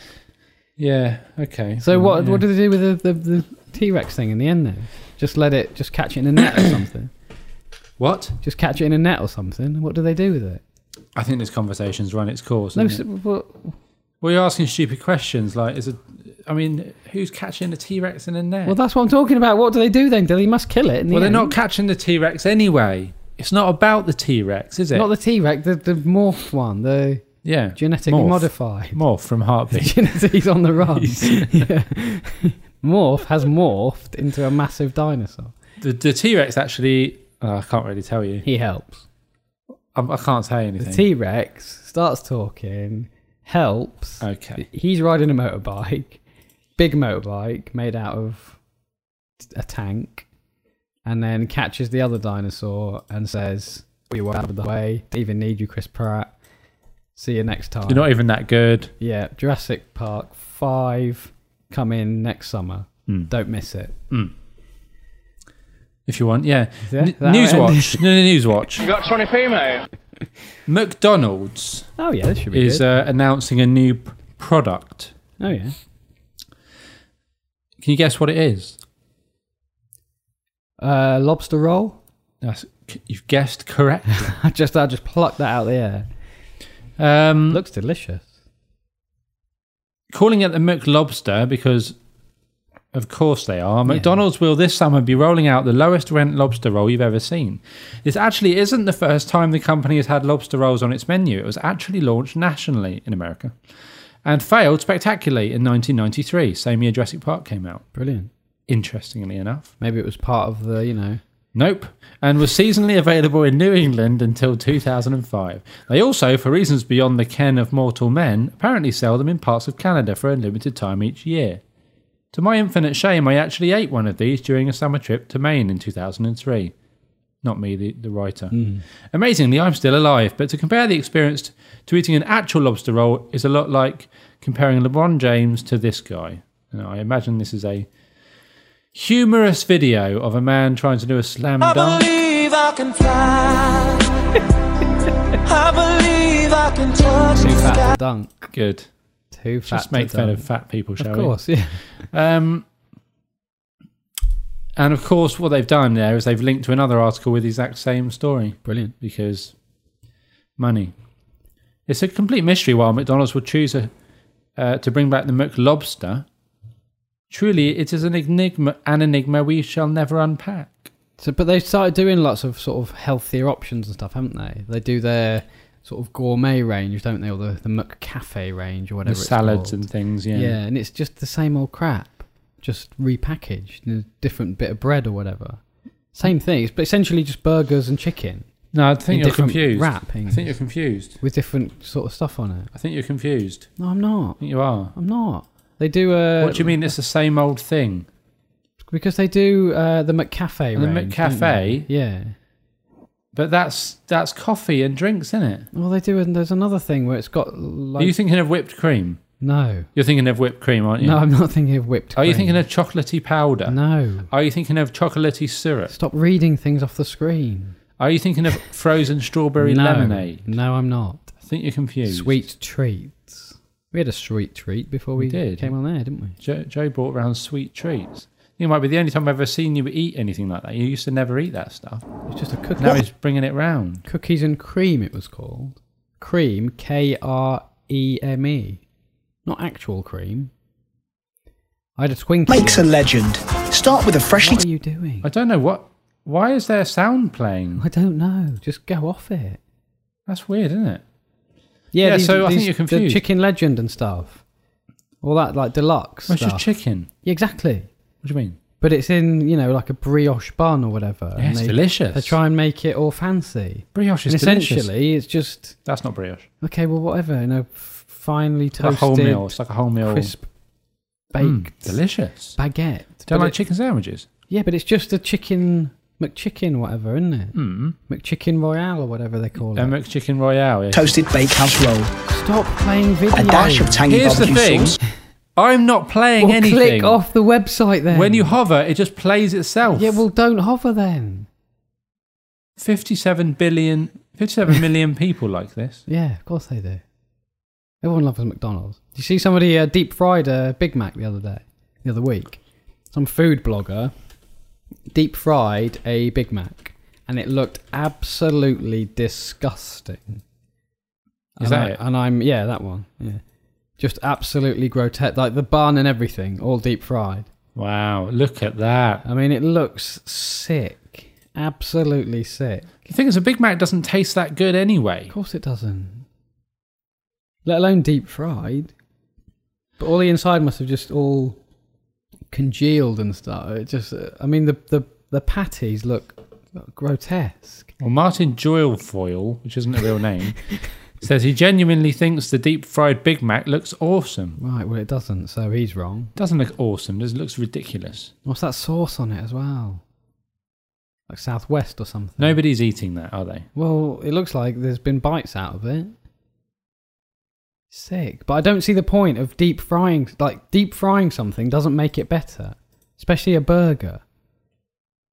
S1: Yeah, okay. Hmm,
S2: So what
S1: Yeah.
S2: what did they do with the the, the T Rex thing in the end then? Just let it just catch it in a net or something.
S1: What?
S2: Just catch it in a net or something. What do they do with it?
S1: I think this conversation's run its course.
S2: No,
S1: isn't
S2: so,
S1: it?
S2: what,
S1: Well, you're asking stupid questions like, is a, I mean, who's catching a T Rex in a net?
S2: well,
S1: Well,
S2: that's what I'm talking about. What do they do then? Do they must kill it? In the
S1: they're
S2: end?
S1: not catching the T Rex anyway. It's not about the T Rex, is it?
S2: Not the T Rex, the, the morphed one, the
S1: yeah.
S2: genetically
S1: Morph.
S2: modified.
S1: Morph from Heartbeat.
S2: He's on the run. Yeah. Morph has morphed into a massive dinosaur.
S1: the T Rex actually, oh, I can't really tell you.
S2: He helps.
S1: I, I can't say anything.
S2: The T Rex starts talking,
S1: Oh,
S2: helps.
S1: okay.
S2: He's riding a motorbike, big motorbike made out of a tank, and then catches the other dinosaur and says, "We were out of the way. Didn't even need you, Chris Pratt. See you next time."
S1: You're not even that good.
S2: yeah, Jurassic Park Five come in next summer.
S1: Mm.
S2: Don't miss it.
S1: If you want, yeah.
S2: Yeah,
S1: N-
S2: that how it
S1: Newswatch. no, no, Newswatch.
S3: You got 20p, mate?
S1: McDonald's
S2: Oh yeah, this should be
S1: is
S2: good.
S1: uh, announcing a new p- product.
S2: oh yeah,
S1: Can you guess what it is?
S2: uh, lobster roll.
S1: That's, you've guessed correct.
S2: I just I just plucked that out of the air.
S1: Um,
S2: Looks delicious.
S1: calling it the McLobster because, of course, they are. McDonald's will this summer be rolling out the lowest rent lobster roll you've ever seen. This actually isn't the first time the company has had lobster rolls on its menu. It was actually launched nationally in America and failed spectacularly in 1993, same year Jurassic Park came out,
S2: Brilliant.
S1: interestingly enough.
S2: Maybe it was part of the you know.
S1: Nope. And was seasonally available in New England until 2005. They also, for reasons beyond the ken of mortal men, apparently sell them in parts of Canada for a limited time each year. To my infinite shame, I actually ate one of these during a summer trip to Maine in 2003. Not me, the, the writer.
S2: Hmm.
S1: Amazingly, I'm still alive, but to compare the experience to eating an actual lobster roll is a lot like comparing LeBron James to this guy. Now, I imagine this is a humorous video of a man trying to do a slam
S3: I
S1: dunk.
S3: believe I can fly. I believe I can touch
S2: Too
S3: the
S2: fat
S3: sky.
S2: to dunk.
S1: Good.
S2: Too fat.
S1: Just make
S2: to
S1: fun
S2: dunk.
S1: of fat people, shall
S2: Of course, yeah.
S1: we? Um, and of course, what they've done there is they've linked to another article with the exact same story
S2: Brilliant.
S1: because money. It's a complete mystery why McDonald's would choose a, uh, to bring back the McLobster. Truly, it is an enigma, an enigma we shall never unpack.
S2: So, but they've started doing lots of sort of healthier options and stuff, haven't they? They do their sort of gourmet range, don't they? Or the the McCafe range or whatever.
S1: the
S2: it's
S1: salads
S2: called.
S1: and things, yeah.
S2: yeah. and it's just the same old crap, just repackaged in a different bit of bread or whatever. Same thing, but essentially just burgers and chicken
S1: No, I think
S2: in
S1: you're
S2: different
S1: confused. I
S2: wrappings
S1: think you're confused.
S2: with different sort of stuff on it.
S1: I think you're confused.
S2: No, I'm not.
S1: I think you are.
S2: I'm not. They do. Uh,
S1: what do you mean it's the same old thing?
S2: Because they do uh, the McCafe
S1: And the
S2: range. don't
S1: McCafe?
S2: they? Yeah.
S1: But that's that's coffee and drinks, isn't it?
S2: Well, they do, and there's another thing where it's got like
S1: Are you thinking of whipped cream?
S2: no,
S1: You're thinking of whipped cream, aren't you?
S2: no. I'm not thinking of whipped.
S1: Are you
S2: cream.
S1: thinking of chocolatey powder?
S2: No.
S1: Are you thinking of chocolatey syrup?
S2: Stop reading things off the screen.
S1: Are you thinking of frozen strawberry
S2: no.
S1: lemonade?
S2: No, I'm not.
S1: I think you're confused.
S2: Sweet treats. We had a sweet treat before we,
S1: We did.
S2: came on there, didn't we?
S1: Joe, Joe brought round sweet treats. You might be the only time I've ever seen you eat anything like that. You used to never eat that stuff.
S2: It's just a cookie.
S1: Now he's bringing it round.
S2: Cookies and cream. It was called cream. K R E M E. Not actual cream. I had a Twinkie.
S4: makes a legend. Start with a freshly
S2: what are you doing?
S1: I don't know what. Why is there sound playing?
S2: I don't know. Just go off it.
S1: That's weird, isn't it?
S2: Yeah,
S1: Yeah,
S2: these-
S1: so I think
S2: these-
S1: you're confused.
S2: The Chicken Legend and stuff. All that like deluxe
S1: Well, it's
S2: stuff.
S1: just chicken.
S2: yeah, exactly.
S1: What do you mean?
S2: But it's in you know like a brioche bun or whatever.
S1: Yeah, it's
S2: they,
S1: delicious.
S2: They try and make it all fancy.
S1: Brioche is
S2: and
S1: delicious.
S2: essentially, it's just
S1: That's not brioche.
S2: okay. Well, whatever. You know, f- finely
S1: It's like a whole
S2: toasted,
S1: meal. It's like a whole meal.
S2: crisp, baked
S1: Mm, delicious.
S2: baguette.
S1: Don't
S2: But
S1: like
S2: it-
S1: chicken sandwiches.
S2: Yeah, but it's just a chicken McChicken, whatever, isn't it?
S1: Mm.
S2: McChicken Royale or whatever they call
S1: A
S2: it.
S1: McChicken Royale. yeah.
S4: toasted bakehouse roll.
S2: Stop playing video.
S4: A dash of tangy
S1: Here's the
S4: barbecue
S1: thing.
S4: sauce.
S1: I'm not playing
S2: Well,
S1: anything.
S2: click off the website then.
S1: When you hover, it just plays itself.
S2: Yeah, well, don't hover then.
S1: 57 billion, 57 million people like this.
S2: Yeah, of course they do. Everyone loves McDonald's. Did you see somebody uh, deep fried a Big Mac the other day, the other week? Some food blogger deep fried a Big Mac, and it looked absolutely disgusting.
S1: Is
S2: and
S1: that
S2: I,
S1: it?
S2: And I'm yeah, that one. Yeah, just absolutely grotesque. Like the bun and everything, all deep fried.
S1: Wow, look at that.
S2: I mean, it looks sick. Absolutely sick.
S1: The thing is, a Big Mac doesn't taste that good anyway.
S2: Of course it doesn't. Let alone deep fried. But all the inside must have just all congealed and stuff. It just, I mean, the the, the patties look grotesque.
S1: Well, Martin Joilfoyle, which isn't a real name, says he genuinely thinks the deep fried Big Mac looks awesome.
S2: Right, well, it doesn't, so he's wrong.
S1: Doesn't look awesome, just looks ridiculous.
S2: What's that sauce on it as well? Like Southwest or something.
S1: Nobody's eating that, are they?
S2: Well, it looks like there's been bites out of it. Sick. But I don't see the point of deep frying. Like, deep frying something doesn't make it better, especially a burger.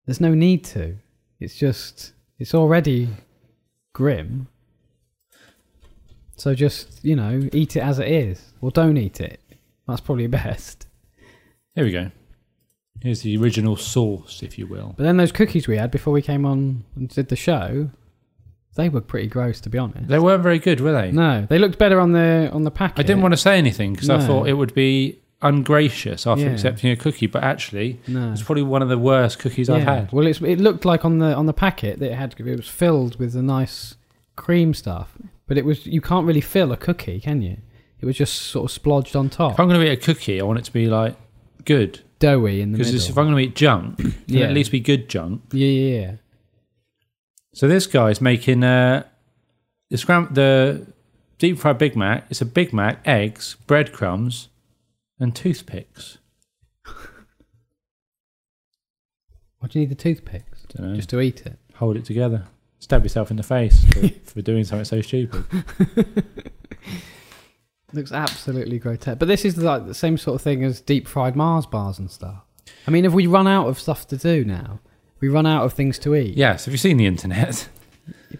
S2: There's no need to. It's just, it's already grim. So just, you know, eat it as it is, or don't eat it. That's probably best.
S1: Here we go. Here's the original source, if you will.
S2: But then those cookies we had before we came on and did the show, they were pretty gross, to be honest.
S1: They weren't very good, were they?
S2: No, they looked better on the on the packet.
S1: I didn't want to say anything because I
S2: No.
S1: thought it would be ungracious after
S2: Yeah.
S1: accepting a cookie, but actually,
S2: No.
S1: it's probably one of the worst cookies I've
S2: Yeah.
S1: had.
S2: Well, it's, it looked like on the on the packet that it had it was filled with the nice cream stuff, but it was you can't really fill a cookie, can you? It was just sort of splodged on top,
S1: If I'm going to eat a cookie, I want it to be like good
S2: doughy in the middle.
S1: because if I'm going to eat junk, then
S2: Yeah.
S1: at least be good junk.
S2: yeah, yeah, yeah.
S1: So this guy's making uh, the scram the deep fried Big Mac. It's a Big Mac, eggs, breadcrumbs, and toothpicks.
S2: Why do you need the toothpicks?
S1: Dunno.
S2: Just to eat it.
S1: Hold it together. Stab yourself in the face for, for doing something so stupid.
S2: Looks absolutely grotesque. But this is like the same sort of thing as deep fried Mars bars and stuff. I mean, have we run out of stuff to do now? We run out of things to eat.
S1: Yes, have you seen the internet?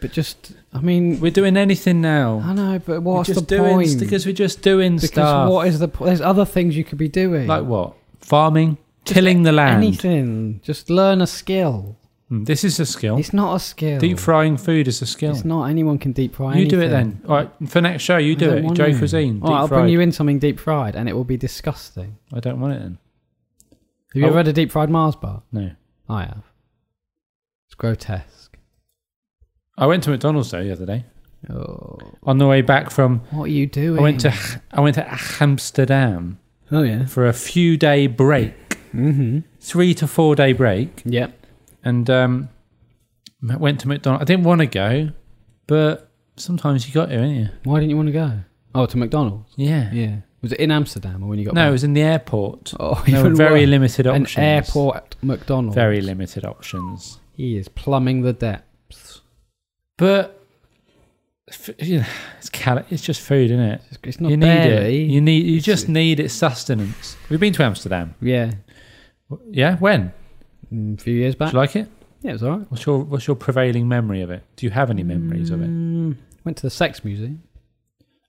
S2: But just, I mean,
S1: We're doing anything now.
S2: I know, but
S1: We're
S2: what's
S1: just
S2: the
S1: doing,
S2: point?
S1: Because we're just doing
S2: Because
S1: stuff.
S2: what is the point? There's other things you could be doing.
S1: like what? Farming,
S2: Just
S1: tilling the land.
S2: Anything. Just learn a skill.
S1: Mm, This is a skill.
S2: It's not a skill.
S1: Deep frying food is a skill.
S2: It's not anyone can deep fry
S1: You do it
S2: anything.
S1: then. All right, for next show, you
S2: I
S1: do
S2: don't
S1: it.
S2: want
S1: Joe
S2: to.
S1: Cuisine.
S2: All right, I'll
S1: deep fried.
S2: bring you in something deep fried and it will be disgusting.
S1: I don't want it then.
S2: Have you
S1: Oh.
S2: ever had a deep fried Mars bar?
S1: No.
S2: I have. It's grotesque.
S1: I went to McDonald's though the other day
S2: Oh,
S1: on the way back from.
S2: what are you doing?
S1: I went to I went to Amsterdam
S2: Oh yeah.
S1: for a few day break,
S2: Mm-hmm.
S1: three to four day break,
S2: Yep.
S1: and um, m- went to McDonald's. I didn't want to go, but sometimes you got to, ain't you?
S2: Why didn't you want to go? Oh, to McDonald's.
S1: Yeah.
S2: Yeah. Was it in Amsterdam or when you got
S1: No,
S2: back?
S1: it was in the airport.
S2: Oh,
S1: There were
S2: even
S1: very
S2: worse.
S1: limited
S2: An
S1: options.
S2: airport McDonald's.
S1: Very limited options.
S2: He is plumbing the depths.
S1: But f- you know, it's cali- it's just food, isn't it?
S2: It's, it's not
S1: you need
S2: barely.
S1: it. You need. You just need its sustenance. We've been to Amsterdam.
S2: yeah.
S1: Yeah. When?
S2: Mm, a few years
S1: Do
S2: back.
S1: you like it?
S2: yeah, it was alright.
S1: What's your What's your prevailing memory of it? Do you have any memories of it?
S2: Mm, went to the sex museum.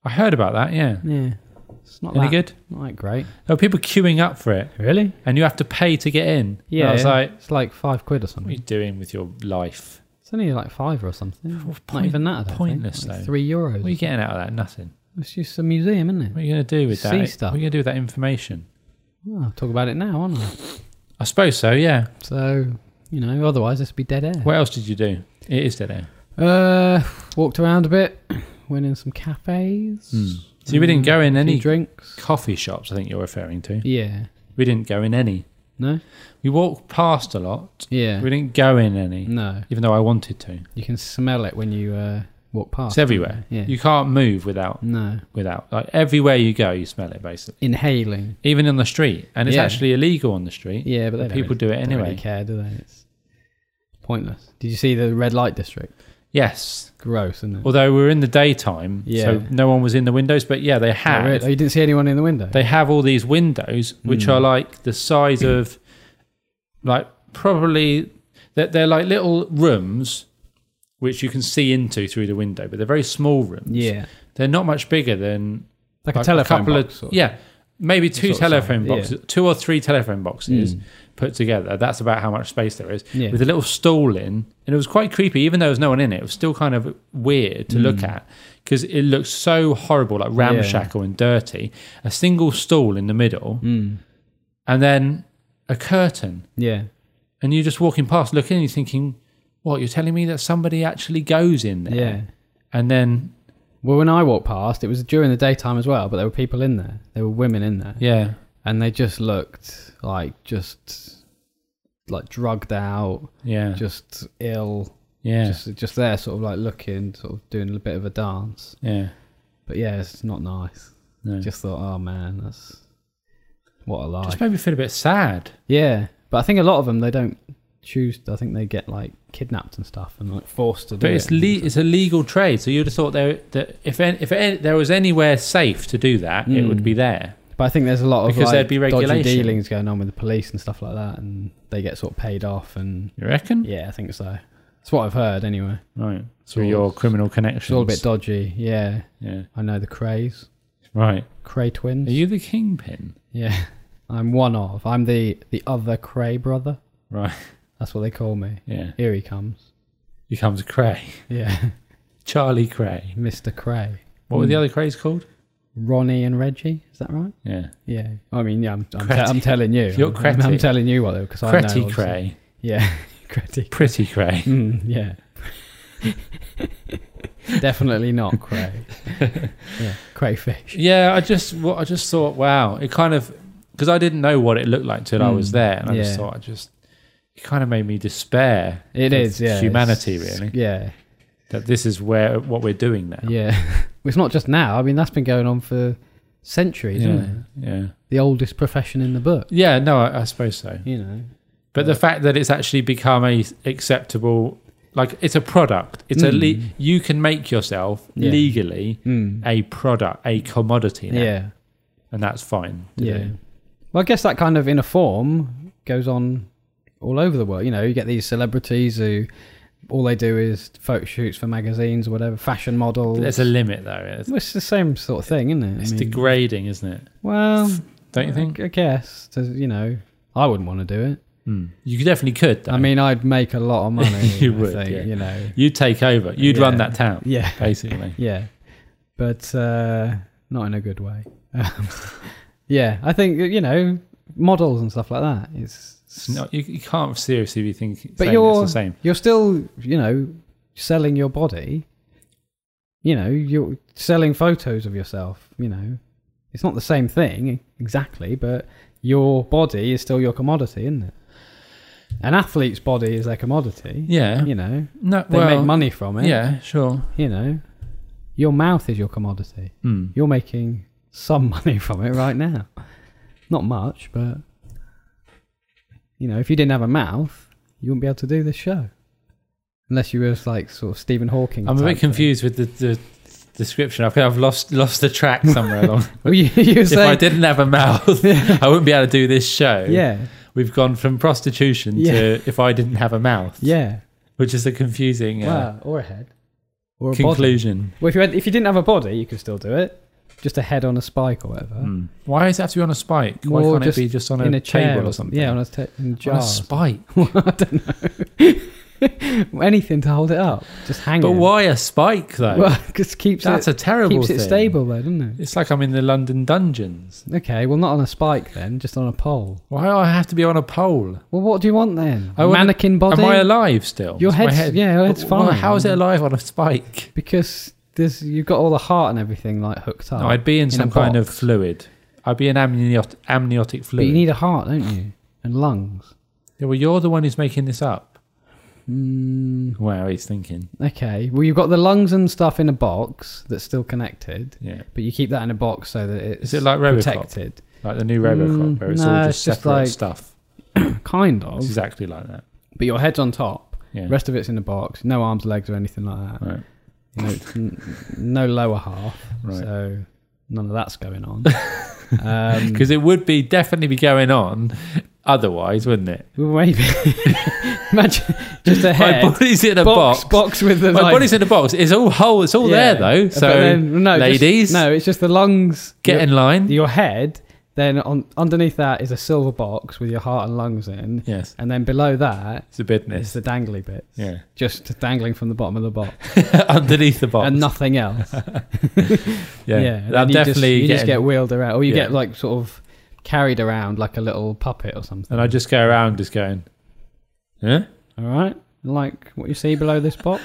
S1: I heard about that. Yeah.
S2: Yeah. It's not
S1: Any
S2: that,
S1: good?
S2: Not that great.
S1: There were people queuing up for it,
S2: Really?
S1: and you have to pay to get in.
S2: Yeah.
S1: And I was
S2: yeah.
S1: like,
S2: it's like five quid or
S1: "What are you
S2: something.
S1: doing with your life?
S2: It's only like five or something. not
S1: point-
S2: even that. I don't think.
S1: pointless,
S2: Like
S1: though.
S2: Three euros.
S1: What are you getting out of that? Nothing.
S2: it's just a museum, isn't it?
S1: What are you going to do with that?
S2: See stuff.
S1: What are you going to do with that information?
S2: Well, I'll talk about it now, aren't I?
S1: I suppose so. Yeah.
S2: So, you know, otherwise this would be dead air.
S1: What else did you do? It is dead air.
S2: Uh, walked around a bit, went in some cafes.
S1: So we didn't go in
S2: a few
S1: Hmm. any
S2: Hmm. drinks.
S1: coffee shops. I think you're referring to.
S2: Yeah.
S1: We didn't go in any.
S2: No.
S1: We walked past a lot.
S2: Yeah.
S1: We didn't go in any,
S2: No.
S1: even though I wanted to.
S2: You can smell it when you uh, walk past.
S1: It's everywhere.
S2: Yeah.
S1: You can't move without
S2: no.
S1: without like everywhere you go, you smell it basically.
S2: Inhaling.
S1: Even on the street, and it's
S2: Yeah.
S1: actually illegal on the street.
S2: Yeah, but they don't
S1: people
S2: really-
S1: do it
S2: they don't
S1: anyway.
S2: Really care, do they? It's pointless. Did you see the red light district?
S1: Yes.
S2: Gross, isn't it?
S1: Although we were in the daytime, so
S2: Yeah.
S1: no one was in the windows. But yeah, they
S2: Oh,
S1: have
S2: really? Oh, you didn't see anyone in the window.
S1: they have all these windows which are like the size of like probably they're, they're like little rooms which you can see into through the window but they're very small rooms
S2: yeah,
S1: they're not much bigger than
S2: like, a
S1: like
S2: telephone box.
S1: of
S2: sort
S1: yeah maybe two
S2: sort of size,
S1: telephone
S2: yeah. Mm.
S1: boxes two or three telephone boxes put together that's about how much space there is
S2: Yeah.
S1: with a little stall in and it was quite creepy even though there was no one in it it was still kind of weird to
S2: Mm.
S1: look at because it looks so horrible like ramshackle and dirty a single stall in the middle
S2: Mm.
S1: and then a curtain
S2: Yeah,
S1: and you're just walking past looking and you're thinking what you're telling me that somebody actually goes in there
S2: yeah.
S1: and then
S2: Well, when I walked past, it was during the daytime as well, but there were people in there. There were women in there,
S1: yeah
S2: and they just looked like just like drugged out,
S1: yeah
S2: just ill,
S1: yeah
S2: just just there, sort of like looking, sort of doing a bit of a dance.
S1: yeah
S2: But yeah, it's not nice.
S1: no.
S2: Just thought, oh man, that's what a life.
S1: Just made me feel a bit sad.
S2: Yeah, but I think a lot of them they don't choose. I think they get like kidnapped and stuff and like forced to do
S1: But
S2: it.
S1: it's le- it's a legal trade, so you'd have thought there that if any, if any, there was anywhere safe to do that, it would be there.
S2: but I think there's a lot of
S1: because
S2: like,
S1: there'd be
S2: dodgy
S1: regulation.
S2: dealings going on with the police and stuff like that, and they get sort of paid off. And
S1: You reckon?
S2: yeah, I think so. That's what I've heard anyway.
S1: Right. So
S2: all-
S1: your criminal connections.
S2: It's all a bit dodgy. Yeah,
S1: yeah.
S2: I know the Crays,
S1: Right.
S2: Cray twins.
S1: Are you the kingpin?
S2: Yeah, I'm one of. I'm the the other Cray brother.
S1: Right.
S2: That's what they call me.
S1: Yeah.
S2: Here he comes.
S1: Here comes Cray.
S2: Yeah,
S1: Charlie Cray.
S2: Mr. Cray,
S1: What were the other Crays called?
S2: Ronnie and Reggie. Is that right?
S1: Yeah.
S2: Yeah. I mean, yeah. I'm, I'm, te-
S1: Cretty.
S2: I'm telling you.
S1: You're
S2: I'm- I'm, I'm
S1: Cretty.
S2: telling you what though, because I know.
S1: Pretty
S2: obviously.
S1: Cray.
S2: Yeah, Cretty.
S1: Pretty Cray.
S2: Mm, yeah. Definitely not cray. yeah, crayfish.
S1: Yeah, I just what I just thought, wow, it kind of because I didn't know what it looked like till I was there, and I just
S2: yeah.
S1: thought, I just it kind of made me despair.
S2: It
S1: of
S2: is, yeah.
S1: humanity
S2: It's-
S1: really.
S2: Yeah,
S1: That this is where what we're doing now.
S2: yeah. it's not just now. I mean, that's been going on for centuries,
S1: yeah,
S2: isn't it?
S1: yeah,
S2: The oldest profession in the book,
S1: Yeah, No, I, I suppose so.
S2: you know.
S1: But the fact that it's actually become a acceptable, like it's a product. It's a le- you can make yourself
S2: Mm. Yeah. Mm.
S1: legally a product, a commodity, now,
S2: Yeah,
S1: and that's fine. to
S2: yeah.
S1: do.
S2: Well, I guess that kind of, in a form, goes on all over the world. You know, you get these celebrities who all they do is photo shoots for magazines or whatever, fashion models.
S1: There's a limit though. It's,
S2: Well, it's the same sort of thing, isn't it? I
S1: it's
S2: mean,
S1: degrading, isn't it?
S2: well,
S1: Don't you
S2: I-
S1: think?
S2: I guess, to, you know, I wouldn't want to do it.
S1: Mm. You definitely could. Though.
S2: I mean, I'd make a lot of money.
S1: You
S2: I
S1: would,
S2: think,
S1: yeah.
S2: you know.
S1: You'd take over. You'd
S2: Yeah.
S1: run that town.
S2: Yeah.
S1: Basically.
S2: Yeah, but uh, not in a good way. Um, yeah, I think you know models and stuff like that. It's,
S1: It's not, you, you can't seriously be thinking
S2: but
S1: saying
S2: you're
S1: it's the same.
S2: you're still you know selling your body. You know, you're selling photos of yourself. You know, it's not the same thing e, exactly, but your body is still your commodity, isn't it? An athlete's body is their commodity.
S1: Yeah.
S2: You know,
S1: no,
S2: they
S1: well,
S2: make money from it.
S1: Yeah, sure. Hmm.
S2: you know, your mouth is your commodity. You're making some money from it right now. Not much, but you know, if you didn't have a mouth, you wouldn't be able to do this show. Unless you were like sort of Stephen Hawking.
S1: I'm a
S2: type
S1: bit
S2: thing.
S1: confused with the, the description. I've, I've lost lost the track somewhere along.
S2: Well, you, you were
S1: if I
S2: saying,
S1: didn't have a mouth, I wouldn't be able to do this show.
S2: yeah,
S1: We've gone from prostitution
S2: Yeah.
S1: to if I didn't have a mouth,
S2: yeah,
S1: which is a confusing uh,
S2: wow, or a head, or a body.
S1: conclusion.
S2: Well, if you had, if you didn't have a body, you could still do it. Just a head on a spike or whatever.
S1: Why does it have to be on a spike? Hmm. Why
S2: Or
S1: can't it be just on a,
S2: in a chair
S1: table or something?
S2: Yeah, on a, ta- in a jar.
S1: on a
S2: or something.
S1: spike.
S2: I don't know. Anything to hold it up. Just hang
S1: But
S2: it.
S1: why a spike though?
S2: Well, 'cause keeps
S1: That's
S2: it,
S1: a terrible
S2: keeps it
S1: thing.
S2: stable though, doesn't it?
S1: It's like I'm in the London dungeons.
S2: Okay, well, not on a spike then, just on a pole.
S1: Why do I have to be on a pole?
S2: Well, what do you want then?
S1: I
S2: A
S1: wanna-
S2: mannequin body?
S1: Am I alive still?
S2: Your
S1: Is my
S2: head's- yeah, your head's
S1: Why-
S2: fine.
S1: How is it alive on a spike?
S2: because there's you've got all the heart and everything like hooked up.
S1: No, I'd be in,
S2: Oh, a
S1: some kind of
S2: box.
S1: fluid. I'd be in amniotic, amniotic
S2: But
S1: fluid.
S2: you need a heart, don't you? And lungs.
S1: yeah, well, you're the one who's making this up. Wow, he's thinking.
S2: Mm, Okay. Well, you've got the lungs and stuff in a box that's still connected.
S1: Yeah.
S2: But you keep that in a box so that it's
S1: Is it like Robocop?
S2: protected.
S1: Like the new Robocop,
S2: Mm,
S1: where it's
S2: no,
S1: all just
S2: it's just
S1: separate
S2: like-
S1: stuff.
S2: Kind of.
S1: It's exactly like that.
S2: But your head's on top.
S1: Yeah.
S2: Rest of it's in a box. No arms, legs, or anything like that.
S1: Right.
S2: No, n- no lower half.
S1: Right.
S2: So none of that's going on. um,
S1: Because it would be definitely be going on otherwise, wouldn't it?
S2: well, maybe imagine just a head.
S1: My body's in a box.
S2: box, box with the
S1: My
S2: like,
S1: body's in a box. It's all whole. It's all there
S2: yeah.
S1: though.
S2: But
S1: So,
S2: then- no, just-
S1: ladies,
S2: no, it's just the lungs.
S1: get
S2: your,
S1: in line.
S2: Your head. Then on underneath that is a silver box with your heart and lungs in.
S1: Yes.
S2: And then below that
S1: It's a
S2: is
S1: business.
S2: the dangly bits.
S1: Yeah.
S2: Just dangling from the bottom of the box
S1: Underneath the box.
S2: and nothing else.
S1: yeah.
S2: Yeah, and
S1: I'm
S2: then
S1: definitely
S2: you just, you just
S1: getting-
S2: get wheeled around, or you
S1: Yeah.
S2: get like sort of carried around like a little puppet or something.
S1: And I just go around just going, huh?
S2: All right, like what you see below this box.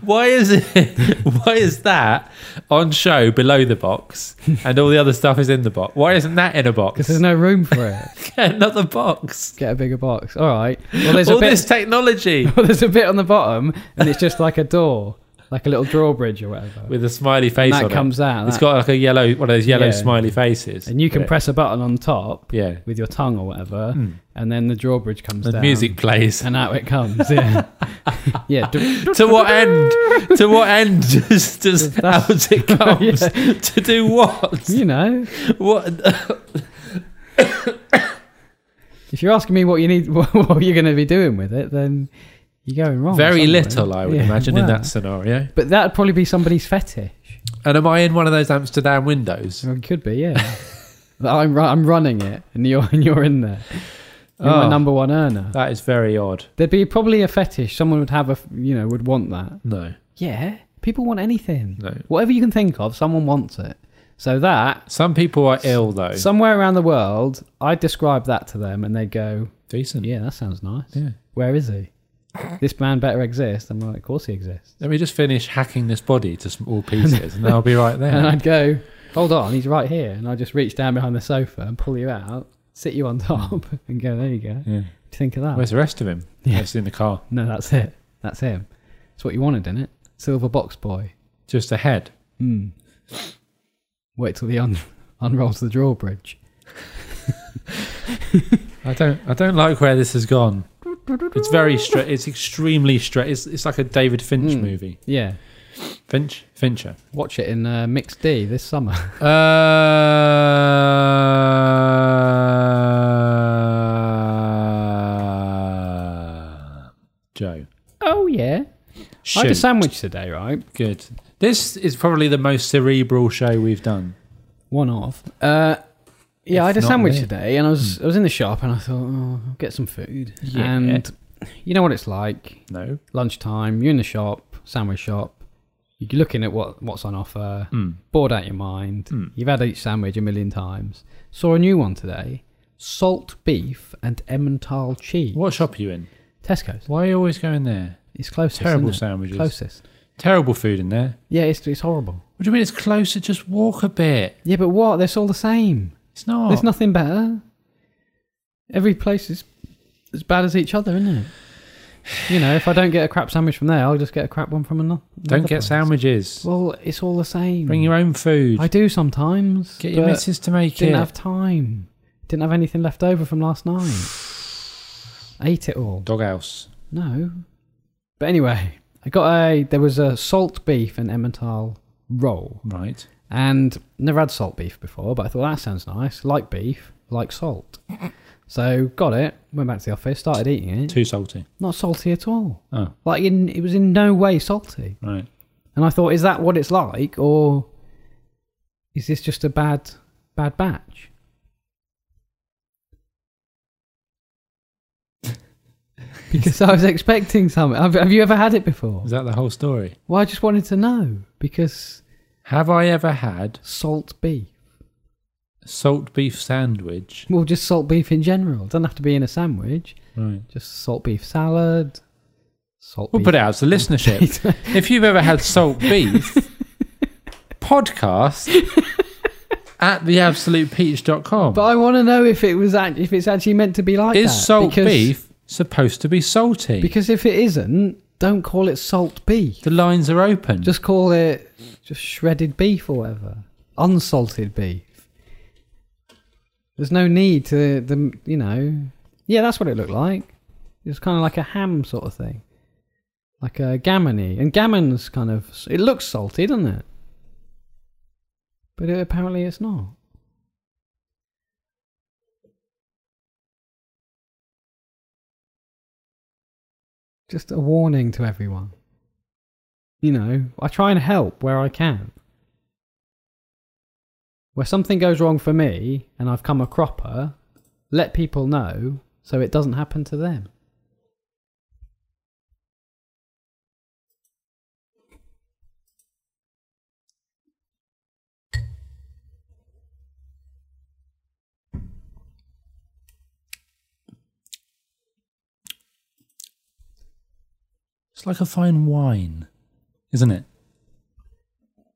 S1: Why is it? Why is that on show below the box, and all the other stuff is in the box? Why isn't that in a
S2: Because
S1: box?
S2: there's no room for it.
S1: Another box.
S2: Get a bigger box. All right. Well, there's
S1: all
S2: a bit.
S1: this technology
S2: well, there's a bit on the bottom, and it's just like a door, like a little drawbridge or whatever.
S1: with a smiley face
S2: that
S1: on
S2: comes
S1: it.
S2: out,
S1: It's
S2: that-
S1: got like a yellow, one of those yellow
S2: Yeah.
S1: smiley faces.
S2: and you can
S1: Yeah.
S2: press a button on top
S1: Yeah.
S2: with your tongue or whatever, and then the drawbridge comes
S1: The
S2: down.
S1: music plays.
S2: And out it comes. Yeah. yeah. d-
S1: to what end? To what end? Just, just out it comes. To do what?
S2: you know,
S1: What?
S2: If you're asking me what you need, what, what you're going to be doing with it, then you're going wrong.
S1: Very
S2: Oh, somewhere.
S1: little, I would
S2: Yeah,
S1: imagine, in
S2: well,
S1: that scenario.
S2: But that'd probably be somebody's fetish.
S1: And am I in one of those Amsterdam windows?
S2: Well, it could be, yeah. that I'm, ru- I'm running it and you're, and you're in there. You're my
S1: Oh.
S2: number one earner.
S1: That is very odd.
S2: There'd be probably a fetish. Someone would have a, f- you know, would want that.
S1: No.
S2: Yeah, people want anything.
S1: No.
S2: Whatever you can think of, someone wants it. So that
S1: Some people are ill though.
S2: somewhere around the world, I describe that to them, and they go,
S1: Decent.
S2: "Yeah, that sounds nice.
S1: Yeah.
S2: Where is he? This man better exist." I'm like, "Of course he exists."
S1: Let me just finish hacking this body to small pieces, and then I'll be right
S2: And
S1: there.
S2: I'd go, "Hold on, he's right here," and I just reach down behind the sofa and pull you out, sit you on top, and go, "There you go." What do
S1: Yeah.
S2: you think of that?
S1: Where's the rest of him?
S2: Yeah.
S1: It's in the car.
S2: no, that's it. That's him. That's what you wanted, didn't it? Silver box boy.
S1: Just a head.
S2: Hmm. Wait till he un- unrolls the drawbridge.
S1: I don't. I don't like where this has gone. It's very straight. It's extremely straight. It's, it's like a David Finch movie.
S2: Yeah.
S1: Finch. Fincher.
S2: Watch it in uh, Mixed D this summer.
S1: Uh, Joe.
S2: oh, yeah. I
S1: Shoot.
S2: had a sandwich today, right?
S1: Good. This is probably the most cerebral show we've done.
S2: One off. Uh, yeah, I had
S1: If
S2: a
S1: not
S2: sandwich
S1: me.
S2: today, and I was I was in the shop, and I thought, oh, I'll get some food.
S1: Yeah.
S2: And you know what it's like.
S1: No.
S2: Lunchtime, you're in the shop, sandwich shop. You're looking at what what's on offer.
S1: Hmm.
S2: Bored out your mind. You've had each sandwich a million times. Saw a new one today: salt beef and Emmental cheese.
S1: What shop are you in?
S2: Tesco's.
S1: Why are you always going there?
S2: It's closest.
S1: Terrible
S2: isn't it?
S1: sandwiches.
S2: Closest.
S1: Terrible food in there.
S2: Yeah, it's it's horrible.
S1: What do you mean it's closer? Just walk a bit.
S2: Yeah, but what? They're all the same.
S1: It's not.
S2: There's nothing better. Every place is as bad as each other, isn't it? You know, if I don't get a crap sandwich from there, I'll just get a crap one from ano- another.
S1: Don't get
S2: place.
S1: sandwiches.
S2: Well, it's all the same.
S1: Bring your own food.
S2: I do sometimes.
S1: Get your
S2: but
S1: missus to make
S2: Didn't
S1: it.
S2: have time. Didn't have anything left over from last night. Ate it all.
S1: Doghouse.
S2: No. But anyway, I got a. There was a salt beef and Emmental roll.
S1: Right.
S2: and never had salt beef before, but I thought that sounds nice. Like beef, like salt. So got it, went back to the office, started eating it.
S1: Too salty.
S2: Not salty at all.
S1: Oh,
S2: Like in, it was in no way salty.
S1: right.
S2: And I thought, is that what it's like, or is this just a bad, bad batch? because I was expecting something. Have, have you ever had it before?
S1: Is that the whole story?
S2: Well, I just wanted to know because
S1: Have I ever had
S2: salt beef.
S1: salt beef sandwich?
S2: Well, just salt beef in general. It doesn't have to be in a sandwich.
S1: Right.
S2: Just salt beef salad. Salt
S1: We'll
S2: beef.
S1: put it out to listenership. if you've ever had salt beef, podcast at theabsolutepeach.com.
S2: but I want to know if it was act- if it's actually meant to be like
S1: Is
S2: that,
S1: salt
S2: because,
S1: beef supposed to be salty?
S2: Because if it isn't, don't call it salt beef.
S1: the lines are open.
S2: Just call it just shredded beef or whatever. Unsalted beef. There's no need to the you know. Yeah, that's what it looked like. It's kind of like a ham sort of thing, like a gammony. And gammon's kind of it looks salty, doesn't it? But it, apparently it's not. Just a warning to everyone. You know, I try and help where I can. Where something goes wrong for me and I've come a cropper, let people know so it doesn't happen to them.
S1: it's like a fine wine, isn't it?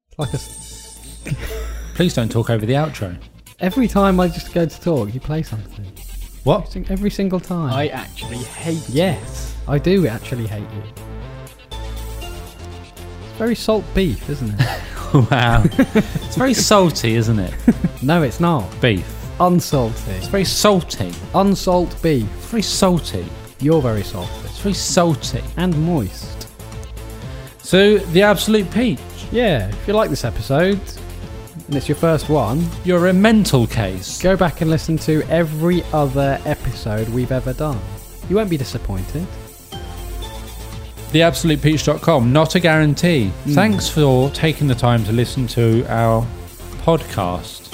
S2: It's Like a s
S1: Please don't talk over the outro.
S2: every time I just go to talk, you play something.
S1: What?
S2: Sing- Every single time.
S4: I actually hate
S2: yes, I do actually hate you. It's very salt beef, isn't it?
S1: Wow. it's very salty, isn't it?
S2: no, it's not.
S1: Beef.
S2: Unsalty.
S1: It's very salty.
S2: Unsalt beef.
S1: It's very salty.
S2: You're very salty.
S1: It's very salty.
S2: And moist.
S1: So, the absolute peach.
S2: Yeah, if you like this episode, and it's your first one,
S1: You're a mental case.
S2: go back and listen to every other episode we've ever done. You won't be disappointed.
S1: Theabsolutepeach.com. Not a guarantee. Thanks for taking the time to listen to our podcast.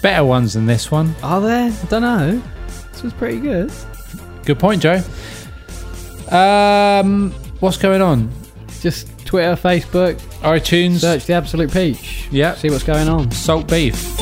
S1: better ones than this one.
S2: Are there? I don't know. This was pretty good.
S1: Good point, Joe. Um, what's going on?
S2: Just Twitter, Facebook,
S1: iTunes,
S2: search the Absolute Peach.
S1: Yep.
S2: See what's going on.
S1: salt beef.